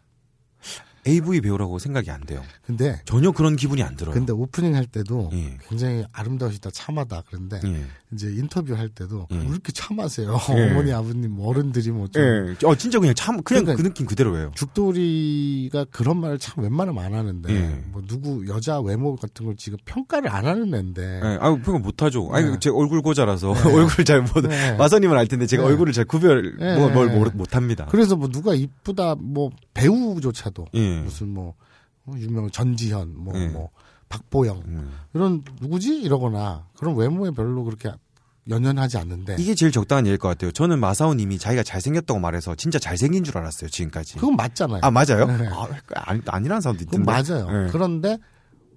AV 배우라고 생각이 안 돼요. 근데 전혀 그런 기분이 안 들어요. 근데 오프닝 할 때도 예. 굉장히 아름다우시다 참하다 그런데 예. 이제 인터뷰 할 때도 예. 왜 이렇게 참하세요 예. 어머니 아버님 어른들이 뭐좀 예. 어, 진짜 그냥 참, 그냥 그러니까- 그 느낌 그대로예요. 죽돌이가 그런 말을 참 웬만하면 안 하는데 예. 뭐 누구 여자 외모 같은 걸 지금 평가를 안 하는 애인데 예, 아유, 그건 못하죠. 아니, 네. 제 얼굴 고자라서 [laughs] 얼굴을 잘 못, 네. 마사님은 알 텐데 제가 네. 얼굴을 잘 구별, 네. 뭐, 뭘 모르- 못합니다. 그래서 뭐 누가 이쁘다 뭐 배우조차도 예. 무슨 뭐 어, 유명 전지현 뭐 뭐 예. 박보영 음. 이런 누구지 이러거나 그런 외모에 별로 그렇게 연연하지 않는데 이게 제일 적당한 예일 것 같아요. 저는 마사오님이 자기가 잘생겼다고 말해서 진짜 잘생긴 줄 알았어요, 지금까지. 그건 맞잖아요. 아, 맞아요? 네. 아, 아니, 아니라는 사람도 그건 있던데. 맞아요. 예. 그런데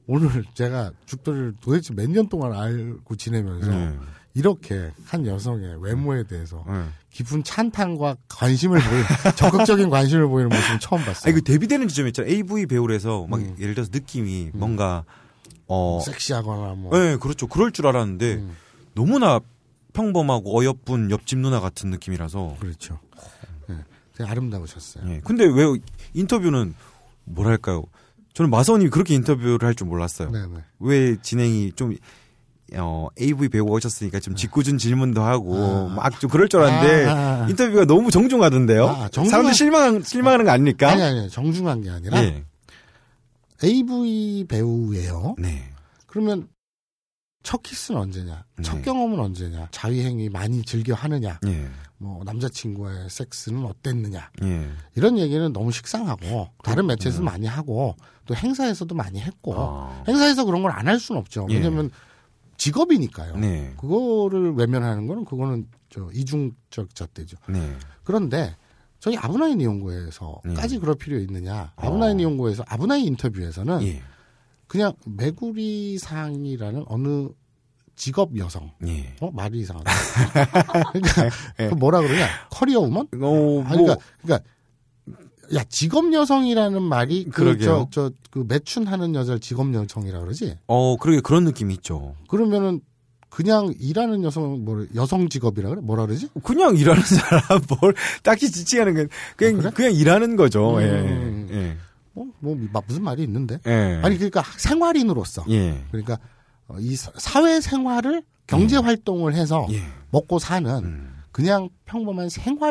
오늘 제가 죽돌이를 도대체 몇 년 동안 알고 지내면서 예. 이렇게 한 여성의 외모에 대해서 예. 깊은 찬탄과 관심을 보이 [laughs] 적극적인 관심을 보이는 모습은 처음 아, 봤어요. 이거 대비되는 지점이 있잖아요. AV 배우라서 막 음. 예를 들어서 느낌이 뭔가, 어, 섹시하거나 뭐 예, 그렇죠. 그럴 줄 알았는데 음. 너무나 평범하고 어여쁜 옆집 누나 같은 느낌이라서. 그렇죠. 예. 되게 아름다우셨어요. 예. 근데 왜 인터뷰는 뭐랄까요? 저는 마사오님이 그렇게 인터뷰를 할 줄 몰랐어요. 네네. 왜 진행이 좀 어, AV 배우가 오셨으니까 좀 짓궂은 질문도 하고 막 좀 그럴 줄 알았는데 네. 아, 아, 아. 인터뷰가 너무 정중하던데요. 아, 정중한- 사람들 실망 실망하는 거 아닙니까? 아니 아니 정중한 게 아니라 예. AV 배우예요. 네. 그러면 첫 키스는 언제냐? 첫 네. 경험은 언제냐? 자위 행위 많이 즐겨 하느냐? 예. 뭐 남자친구와의 섹스는 어땠느냐? 예. 이런 얘기는 너무 식상하고 그렇죠. 네. 다른 매체에서 많이 하고 또 행사에서도 많이 했고 아. 행사에서 그런 걸 안 할 수는 없죠. 예. 왜냐하면 직업이니까요. 네. 그거를 외면하는 거는 그거는 저 이중적 잣대죠. 네. 그런데 저희 아브나인 이용고에서까지 그럴 필요 있느냐? 어. 아브나인 이용고에서 아브나인 인터뷰에서는 예. 그냥 메구리상이라는 어느 직업 여성 예. 어 말이 이상하다. [laughs] [laughs] 그러니까 그 뭐라 그러냐? 커리어 우먼? 어, 뭐 아니, 그러니까, 그러니까 야 직업 여성이라는 말이 그러게요. 그저저그 매춘하는 여자를 직업 여성이라 그러지? 어, 그러게 그런 느낌이 있죠. 그러면은 그냥 일하는 여성 뭐 여성 직업이라 그래? 뭐라 그러지? 그냥 일하는 [laughs] 아, 사람 뭘 딱히 지칭하는 건 그냥 그냥 일하는 거죠. 예. 음. 예. 어, 뭐, 막 무슨 말이 있는데? 예. 아니, 그러니까 생활인으로서. 예. 그러니까 어, 이 사- 사회 생활을 경제 활동을 해서 음. 예. 먹고 사는 음. 그냥 평범한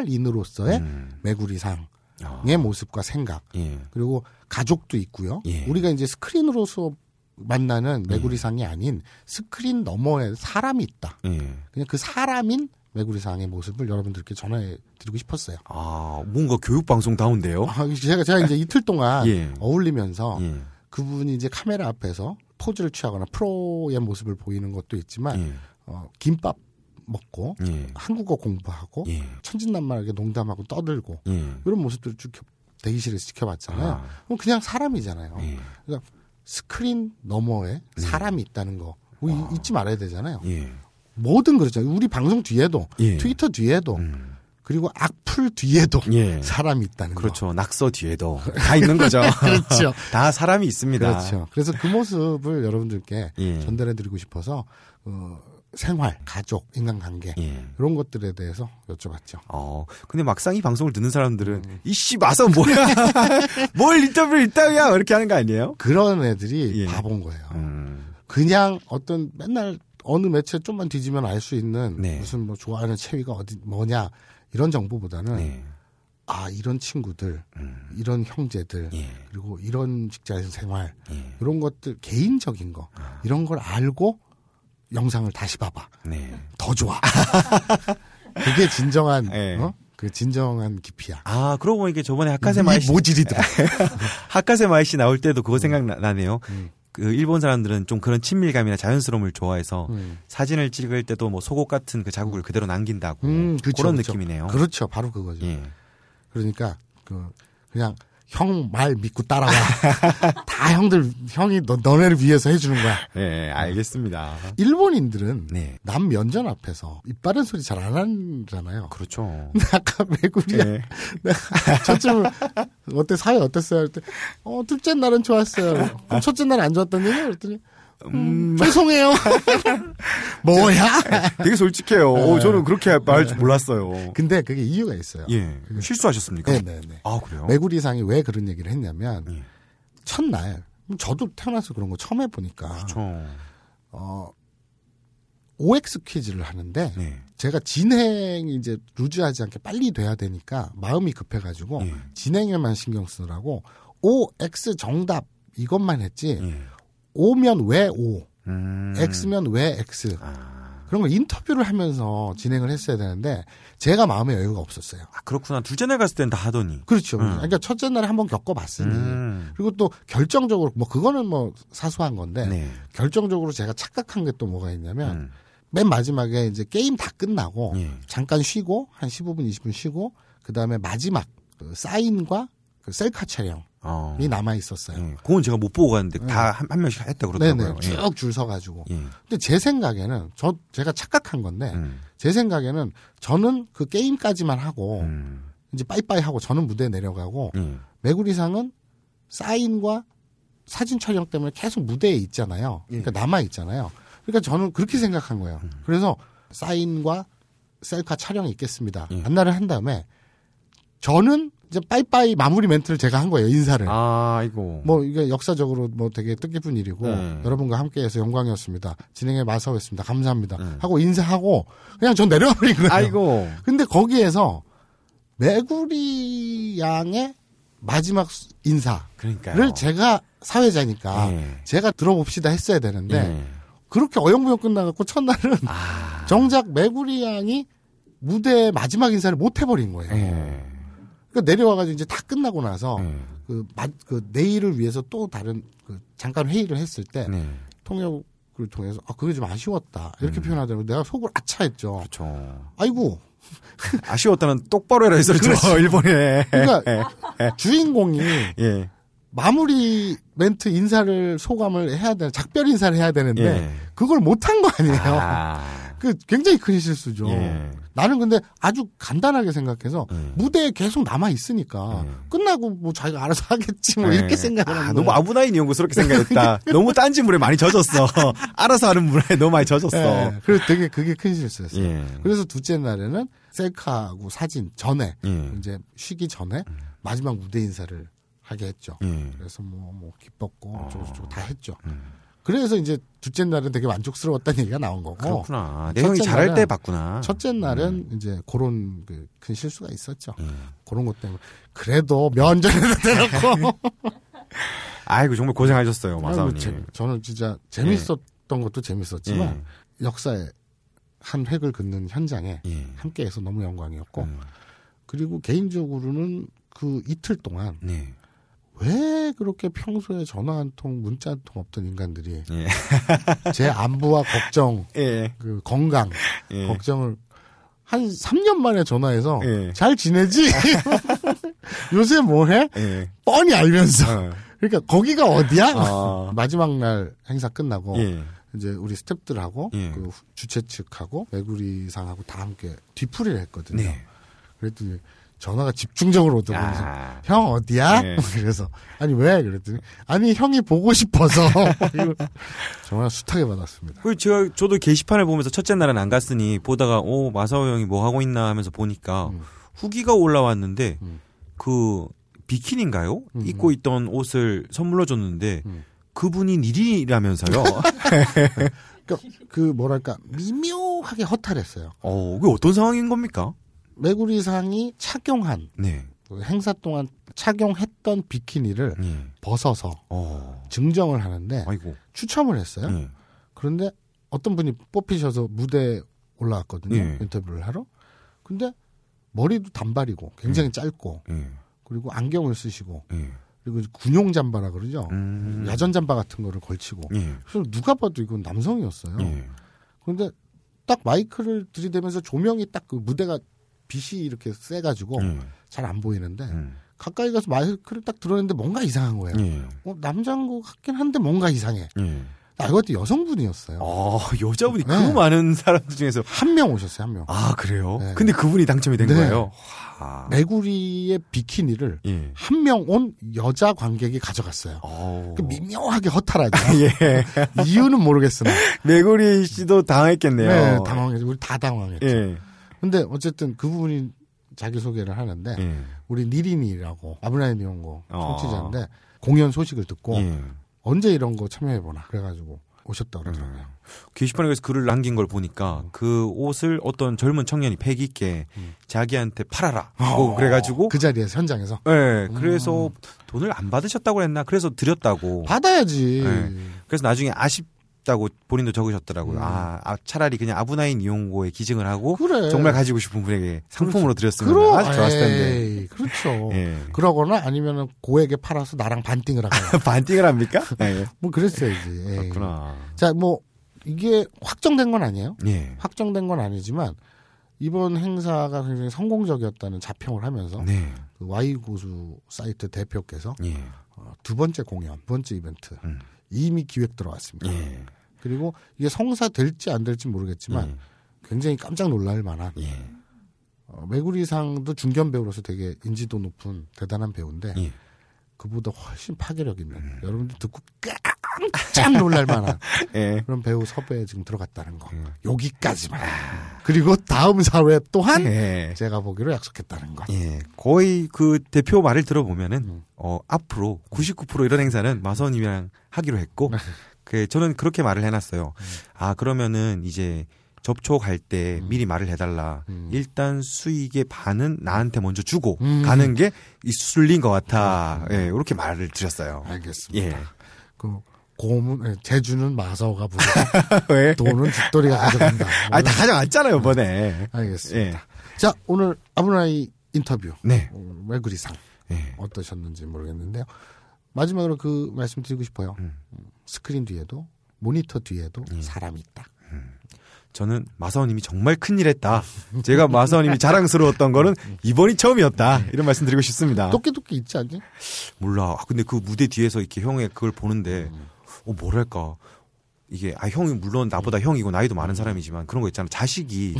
생활인으로서의 음. 메구리상의 아, 모습과 생각 예. 그리고 가족도 있고요. 예. 우리가 이제 스크린으로서 만나는 메구리상이 아닌 스크린 너머에 사람이 있다. 예. 그냥 그 사람인 메구리상의 모습을 여러분들께 전해 드리고 싶었어요. 아, 뭔가 교육방송 다운데요? 아, 제가 제가 이제 이틀 동안 [laughs] 예. 어울리면서 예. 그분이 이제 카메라 앞에서 포즈를 취하거나 프로의 모습을 보이는 것도 있지만 예. 어, 김밥 먹고 예. 한국어 공부하고 예. 천진난만하게 농담하고 떠들고 예. 이런 모습들을 쭉 겨- 대기실에서 지켜봤잖아요. 아. 그럼 그냥 사람이잖아요. 예. 그러니까 스크린 너머에 사람이 있다는 거 우리 잊지 말아야 되잖아요. 예. 뭐든 그렇잖아요. 우리 방송 뒤에도 예. 트위터 뒤에도 음. 그리고 악플 뒤에도 예. [laughs] 사람이 있다는 거. 그렇죠. 낙서 뒤에도 다 있는 [laughs] 거죠. 그렇죠. 다 사람이 있습니다. 그렇죠. 그래서 그 모습을 여러분들께 아. 예. 전달해드리고 싶어서 어, 생활, 가족, 인간관계 예. 이런 것들에 대해서 여쭤봤죠. 어, 근데 막상 이 방송을 듣는 사람들은 이씨 마서 [laughs] 뭐야? 뭘 인터뷰 있다야 이렇게 하는 거 아니에요? 그런 애들이 예. 바본 거예요. 음, 그냥 어떤 맨날 어느 매체 좀만 뒤지면 알 수 있는 네. 무슨 뭐 좋아하는 체위가 어디 뭐냐 이런 정보보다는 네. 아 이런 친구들, 음, 이런 형제들 예. 그리고 이런 직장에서 생활 예. 아. 이런 것들 개인적인 거 이런 걸 알고 영상을 다시 봐봐 네. [laughs] 더 좋아. 그게 진정한 예. 어? 그 진정한 깊이야. 아, 예. 그러고 보니까 저번에 이 하카세 마이 씨, 음. 모질이더라. 하카세 마이 씨 나올 때도 그거 생각나네요. 그 일본 사람들은 좀 그런 친밀감이나 자연스러움을 좋아해서 음. 사진을 찍을 때도 뭐 소곡 같은 그 자국을 그대로 남긴다고 음, 그렇죠, 그런 그렇죠. 느낌이네요. 그렇죠, 바로 그거죠. 예. 그러니까 그 그냥 형 말 [laughs] 믿고 따라와. 다 형들 형이 너, 너네를 위해서 해주는 거야. 예, 알겠습니다. 일본인들은 네. 남 면전 앞에서 입 바른 소리 잘 안 하잖아요. [laughs] 그렇죠. 근데 [laughs] 아까 메구리야 [laughs] 예. 저쯤 어때 사회 어땠어요? 할때 어, 둘째 날은 좋았어요. 그럼 첫째 날 안 좋았던 얘기 그랬더니 음, [laughs] 죄송해요. 뭐야? 되게 솔직해요. 오, 저는 그렇게 말 줄 몰랐어요. 근데 그게 이유가 있어요. 예. 실수하셨습니까? 네네네. 아, 그래요? 메구리상이 왜 그런 얘기를 했냐면 예. 첫날 저도 태어나서 그런 거 처음 해보니까 그렇죠. 어, OX 퀴즈를 하는데 네. 제가 진행이 이제 루즈하지 않게 빨리 돼야 되니까 마음이 급해가지고 예. 진행에만 신경 쓰느라고 OX 정답 이것만 했지 예. O면 왜 O, 음. X면 왜 X 아, 그런 걸 인터뷰를 하면서 진행을 했어야 되는데 제가 마음의 여유가 없었어요. 아, 그렇구나. 둘째 날 갔을 땐 다 하더니. 그렇죠. 음. 그러니까 첫째 날에 한번 겪어봤으니 음. 그리고 또 결정적으로 뭐 그거는 뭐 사소한 건데 네. 결정적으로 제가 착각한 게 또 뭐가 있냐면 음. 맨 마지막에 이제 게임 다 끝나고 예. 잠깐 쉬고 한 15분 20분 쉬고 그다음에 마지막 그 사인과 그 셀카 촬영이 어. 남아 있었어요. 예. 그건 제가 못 보고 갔는데 다 한 명씩 했다 네네 네. 그러더라고요. 쭉 줄 서가지고 예. 예. 근데 제 생각에는 저 제가 착각한 건데 음. 제 생각에는 저는 그 게임까지만 하고 음. 이제 빠이빠이 하고 저는 무대에 내려가고 예. 메구리상은 사인과 사진 촬영 때문에 계속 무대에 있잖아요. 그러니까 예. 남아 있잖아요. 그러니까 저는 그렇게 생각한 거예요. 음. 그래서 사인과 셀카 촬영이 있겠습니다. 예. 안나를 한 다음에 저는 이제 빠이빠이 마무리 멘트를 제가 한 거예요. 인사를. 아, 이거. 뭐 이게 역사적으로 뭐 되게 뜻깊은 일이고 네. 여러분과 함께해서 영광이었습니다. 진행에 마사오했습니다. 감사합니다. 네. 하고 인사하고 그냥 전 내려버린 거예요. 아이고. 근데 거기에서 메구리 양의 마지막 수- 인사를 그러니까요. 제가 사회자니까 예. 제가 들어봅시다 했어야 되는데 예. 그렇게 어영부영 끝나갖고 첫날은 아. 정작 메구리 양이 무대의 마지막 인사를 못 해버린 거예요. 예. 그러니까 내려와가지고 이제 다 끝나고 나서 예. 그, 마- 그 내일을 위해서 또 다른 그 잠깐 회의를 했을 때 네. 통역을 통해서 아 그게 좀 아쉬웠다 이렇게 표현하더라고 내가 속을 아차했죠. 음. [laughs] 그렇죠. 아이고 아쉬웠다는 똑바로 해라 했었죠. 그렇죠. 일본에. 그러니까 주인공이 예. 마무리 멘트 인사를 소감을 해야 되는 작별 인사를 해야 되는데 예. 그걸 못한 거 아니에요. 아. [laughs] 그 굉장히 큰 실수죠. 예. 나는 근데 아주 간단하게 생각해서 예. 무대에 계속 남아 있으니까 예. 끝나고 뭐 자기가 알아서 하겠지 뭐 예. 이렇게 생각을 아, 하는 너무 거예요. 아부나인 [laughs] 연구스럽게 생각했다. 너무 딴지 물에 많이 젖었어. [laughs] 알아서 하는 물에 너무 많이 젖었어. 예. 그래서 되게 그게 큰 실수였어요. 예. 그래서 둘째 날에는 셀카하고 사진 전에 예. 음. 이제 쉬기 전에 마지막 무대 인사를 하게 했죠. 예. 그래서 뭐, 뭐, 기뻤고, 어쩌고저쩌고 다 했죠. 음. 그래서 이제 둘째 날은 되게 만족스러웠다는 얘기가 나온 거고. 그렇구나. 첫째 내용이 어. 잘할 날은- 때 봤구나. 첫째 날은 이제 그런 그 큰 실수가 있었죠. 음. 그런 것 때문에. 그래도 면전에다 대놓고. 아이고 정말 고생하셨어요, 아이고, 마사오님. 재- 저는 진짜 예. 재밌었던 것도 재밌었지만, 역사의 한 획을 긋는 현장에 예. 예. 함께해서 너무 영광이었고, 음. 그리고 개인적으로는 그 이틀 동안 네. 왜 그렇게 평소에 전화 한 통, 문자 한 통 없던 인간들이 예. 제 안부와 [laughs] 걱정, 예. 그 건강, 예. 걱정을 한 3년 만에 전화해서 예. 잘 지내지? [laughs] 요새 뭐 해? 예. 뻔히 알면서. 어. 그러니까 거기가 어디야? 아. [laughs] 마지막 날 행사 끝나고 예. 이제 우리 스탭들하고 예. 그 주최 측하고 메구리상하고 다 함께 뒤풀이를 했거든요. 네. 그랬더니 전화가 집중적으로 오더군요. 아. 형 어디야? 예. [laughs] 그래서 아니 왜? 그랬더니 아니 형이 [laughs] 보고 싶어서 정말 숱하게 받았습니다. 그 제가 저도 게시판을 보면서 첫째 날은 안 갔으니 보다가 오 마사오 형이 뭐 하고 있나 하면서 보니까 후기가 올라왔는데 음. 그 비키니인가요? 음. 입고 있던 옷을 선물로 줬는데 음. 그분이 [laughs] 니린이라면서요. 그러니까 그 뭐랄까 미묘하게 허탈했어요. 어, 그게 어떤 상황인 겁니까? 메구리상이 착용한 네. 그 행사 동안 착용했던 비키니를 예. 벗어서 어. 증정을 하는데 아이고. 추첨을 했어요. 예. 그런데 어떤 분이 뽑히셔서 무대에 올라왔거든요. 예. 인터뷰를 하러. 근데 머리도 단발이고 굉장히 짧고 예. 그리고 안경을 쓰시고 예. 그리고 군용 잠바라 그러죠. 음. 야전 잠바 같은 거를 걸치고 예. 그래서 누가 봐도 이건 남성이었어요. 예. 그런데 딱 마이크를 들이대면서 조명이 딱 그 무대가 빛이 이렇게 세가지고 예. 잘 안 보이는데 음. 가까이 가서 마이크를 딱 들었는데 뭔가 이상한 거예요. 예. 어, 남자인 것 같긴 한데 뭔가 이상해. 예. 나 이것도 여성분이었어요. 아, 여자분이 네. 그 많은 사람들 중에서 한 명 오셨어요, 한 명. 아, 그래요? 네. 근데 그분이 당첨이 된 네. 거예요? 와. 메구리의 비키니를 예. 한 명 온 여자 관객이 가져갔어요. 어. 그 미묘하게 허탈하죠. 예. [laughs] 이유는 모르겠으나. 메구리 씨도 당했겠네요. 어. 네, 당황했죠. 우리 다 당황했죠. 예. 근데 어쨌든 그분이 자기소개를 하는데, 예. 우리 니린이라고 아브라함 이용고 어. 청취자인데, 공연 소식을 듣고, 예. 언제 이런 거 참여해보나. 그래가지고 오셨다고 그러더라고요. 음. 게시판에 서 글을 남긴 걸 보니까 그 옷을 어떤 젊은 청년이 패기 있게 자기한테 팔아라. 뭐 음. 그래가지고 그 자리에서, 현장에서. 예, 그래서 돈을 안 받으셨다고 했나? 그래서 드렸다고. 받아야지. 네. 그래서 나중에 아쉽다고 본인도 적으셨더라고요. 아, 아, 차라리 그냥 아브나인 이용고에 기증을 하고 그래. 정말 가지고 싶은 분에게 상품으로 드렸으면 그러, 아주 좋았을 텐데. 에이, 그렇죠. [laughs] 예. 그러거나 아니면 고에게 팔아서 나랑 반띵을 [laughs] 하거나. 반띵을 합니까? 예. 뭐 그랬어야지. 에이. 그렇구나. 자, 뭐 이게 확정된 건 아니에요. 예. 확정된 건 아니지만 이번 행사가 굉장히 성공적이었다는 자평을 하면서 네. 그 Y 고수 사이트 대표께서 예. 어, 두 번째 공연, 두 번째 이벤트 음. 이미 기획 들어왔습니다. 예. 그리고 이게 성사 될지 안 될지 모르겠지만 음. 굉장히 깜짝 놀랄 만한 예. 어, 메구리상도 중견 배우로서 되게 인지도 높은 대단한 배우인데 예. 음. 그보다 훨씬 파괴력 있는 여러분들 듣고 깜짝 [laughs] 놀랄 만한 예. 그런 배우 섭외에 지금 들어갔다는 거. 음. 여기까지만. 그리고 다음 사회 또한 예. 제가 보기로 약속했다는 거. 예. 거의 그 대표 말을 들어보면은 음. 어 앞으로 99% 이런 행사는 마선님이랑 하기로 했고 네. 그 저는 그렇게 말을 해놨어요. 음. 아 그러면은 이제 접촉할 때 미리 말을 해달라. 음. 일단 수익의 반은 나한테 먼저 주고 음. 가는 게 이- 술린 것 같아. 예, 이렇게 말을 드렸어요. 알겠습니다. 예. [laughs] 그 고문 예, 제주는 [laughs] 마서가 부르고 왜? 돈은 뒷도리가 가져간다. 뭐 [laughs] 아니 다 음. 가져왔잖아요 이번에. 알겠습니다. 예. 자 오늘 아브나이 인터뷰 네. 어, 외그리상 예. 어떠셨는지 모르겠는데요. 마지막으로 그 말씀드리고 싶어요. 음. 예. 스크린 뒤에도 모니터 뒤에도 사람이 있다. 저는 마사오님이 정말 큰일했다. 제가 마사오님이 자랑스러웠던 거는 이번이 처음이었다. 이런 말씀드리고 싶습니다. 도끼도끼 있지 않니? 몰라. 아, 근데 그 무대 뒤에서 이렇게 형의 그걸 보는데, 어, 뭐랄까. 이게, 아, 형이 물론 나보다 형이고 나이도 많은 사람이지만 그런 거 있잖아. 자식이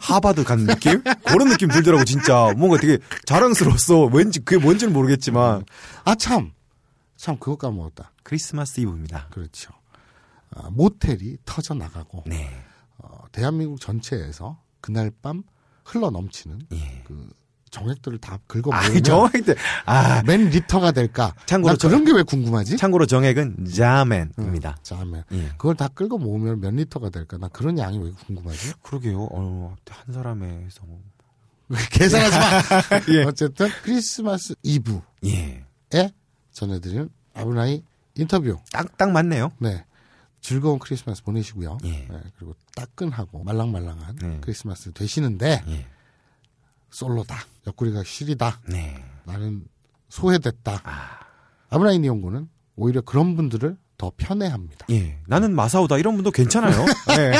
하바드 간 느낌? 그런 느낌 들더라고, 진짜. 뭔가 되게 자랑스러웠어. 왠지, 그게 뭔지는 모르겠지만. 아 참, 참 그것 까먹었다. 크리스마스 이브입니다. 그렇죠. 아, 모텔이 터져 나가고 네. 어, 대한민국 전체에서 그날 밤 흘러 넘치는 예. 그 정액들을 다 긁어 아, 모으면 정확히 때- 아, 맨 리터가 될까? 참고로 난 그런 게 왜 궁금하지? 참고로 정액은 자맨입니다. 짜면 예. 그걸 다 끌고 모으면 몇 리터가 될까? 나 그런 양이 왜 궁금하지? 그러게요. 어, 한뭐 사람의 성. 계산하지 마. [laughs] 예. 어쨌든 크리스마스 이브에 예. 전해드리는 아브나이 인터뷰. 딱, 딱 맞네요. 네. 즐거운 크리스마스 보내시고요. 예. 네, 그리고 따끈하고 말랑말랑한 네. 크리스마스 되시는데 예. 솔로다. 옆구리가 시리다. 네. 나는 소외됐다. 아. 아브나이 니온고는 오히려 그런 분들을 더 편애합니다. 예. 나는 마사오다. 이런 분도 괜찮아요. 예.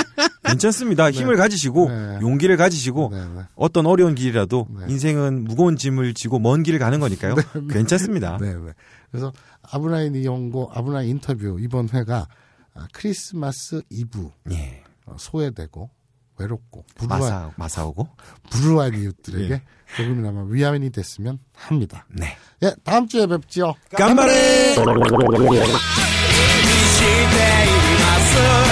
괜찮습니다. 힘을 가지시고, 네. 용기를 가지시고, 네, 네. 어떤 어려운 길이라도 네. 인생은 무거운 짐을 지고 먼 길을 가는 거니까요. 괜찮습니다. 네, 네. 그래서 아브나이 니온고 아브나이 인터뷰 이번 회가 아, 크리스마스 이브 예. 어, 소외되고 외롭고 불우한, 마사 예. 마사오고. 불우한 이웃들에게 조금이나마 위안이 됐으면 합니다. 네. 예, 다음 주에 뵙지요. 깜바레. しています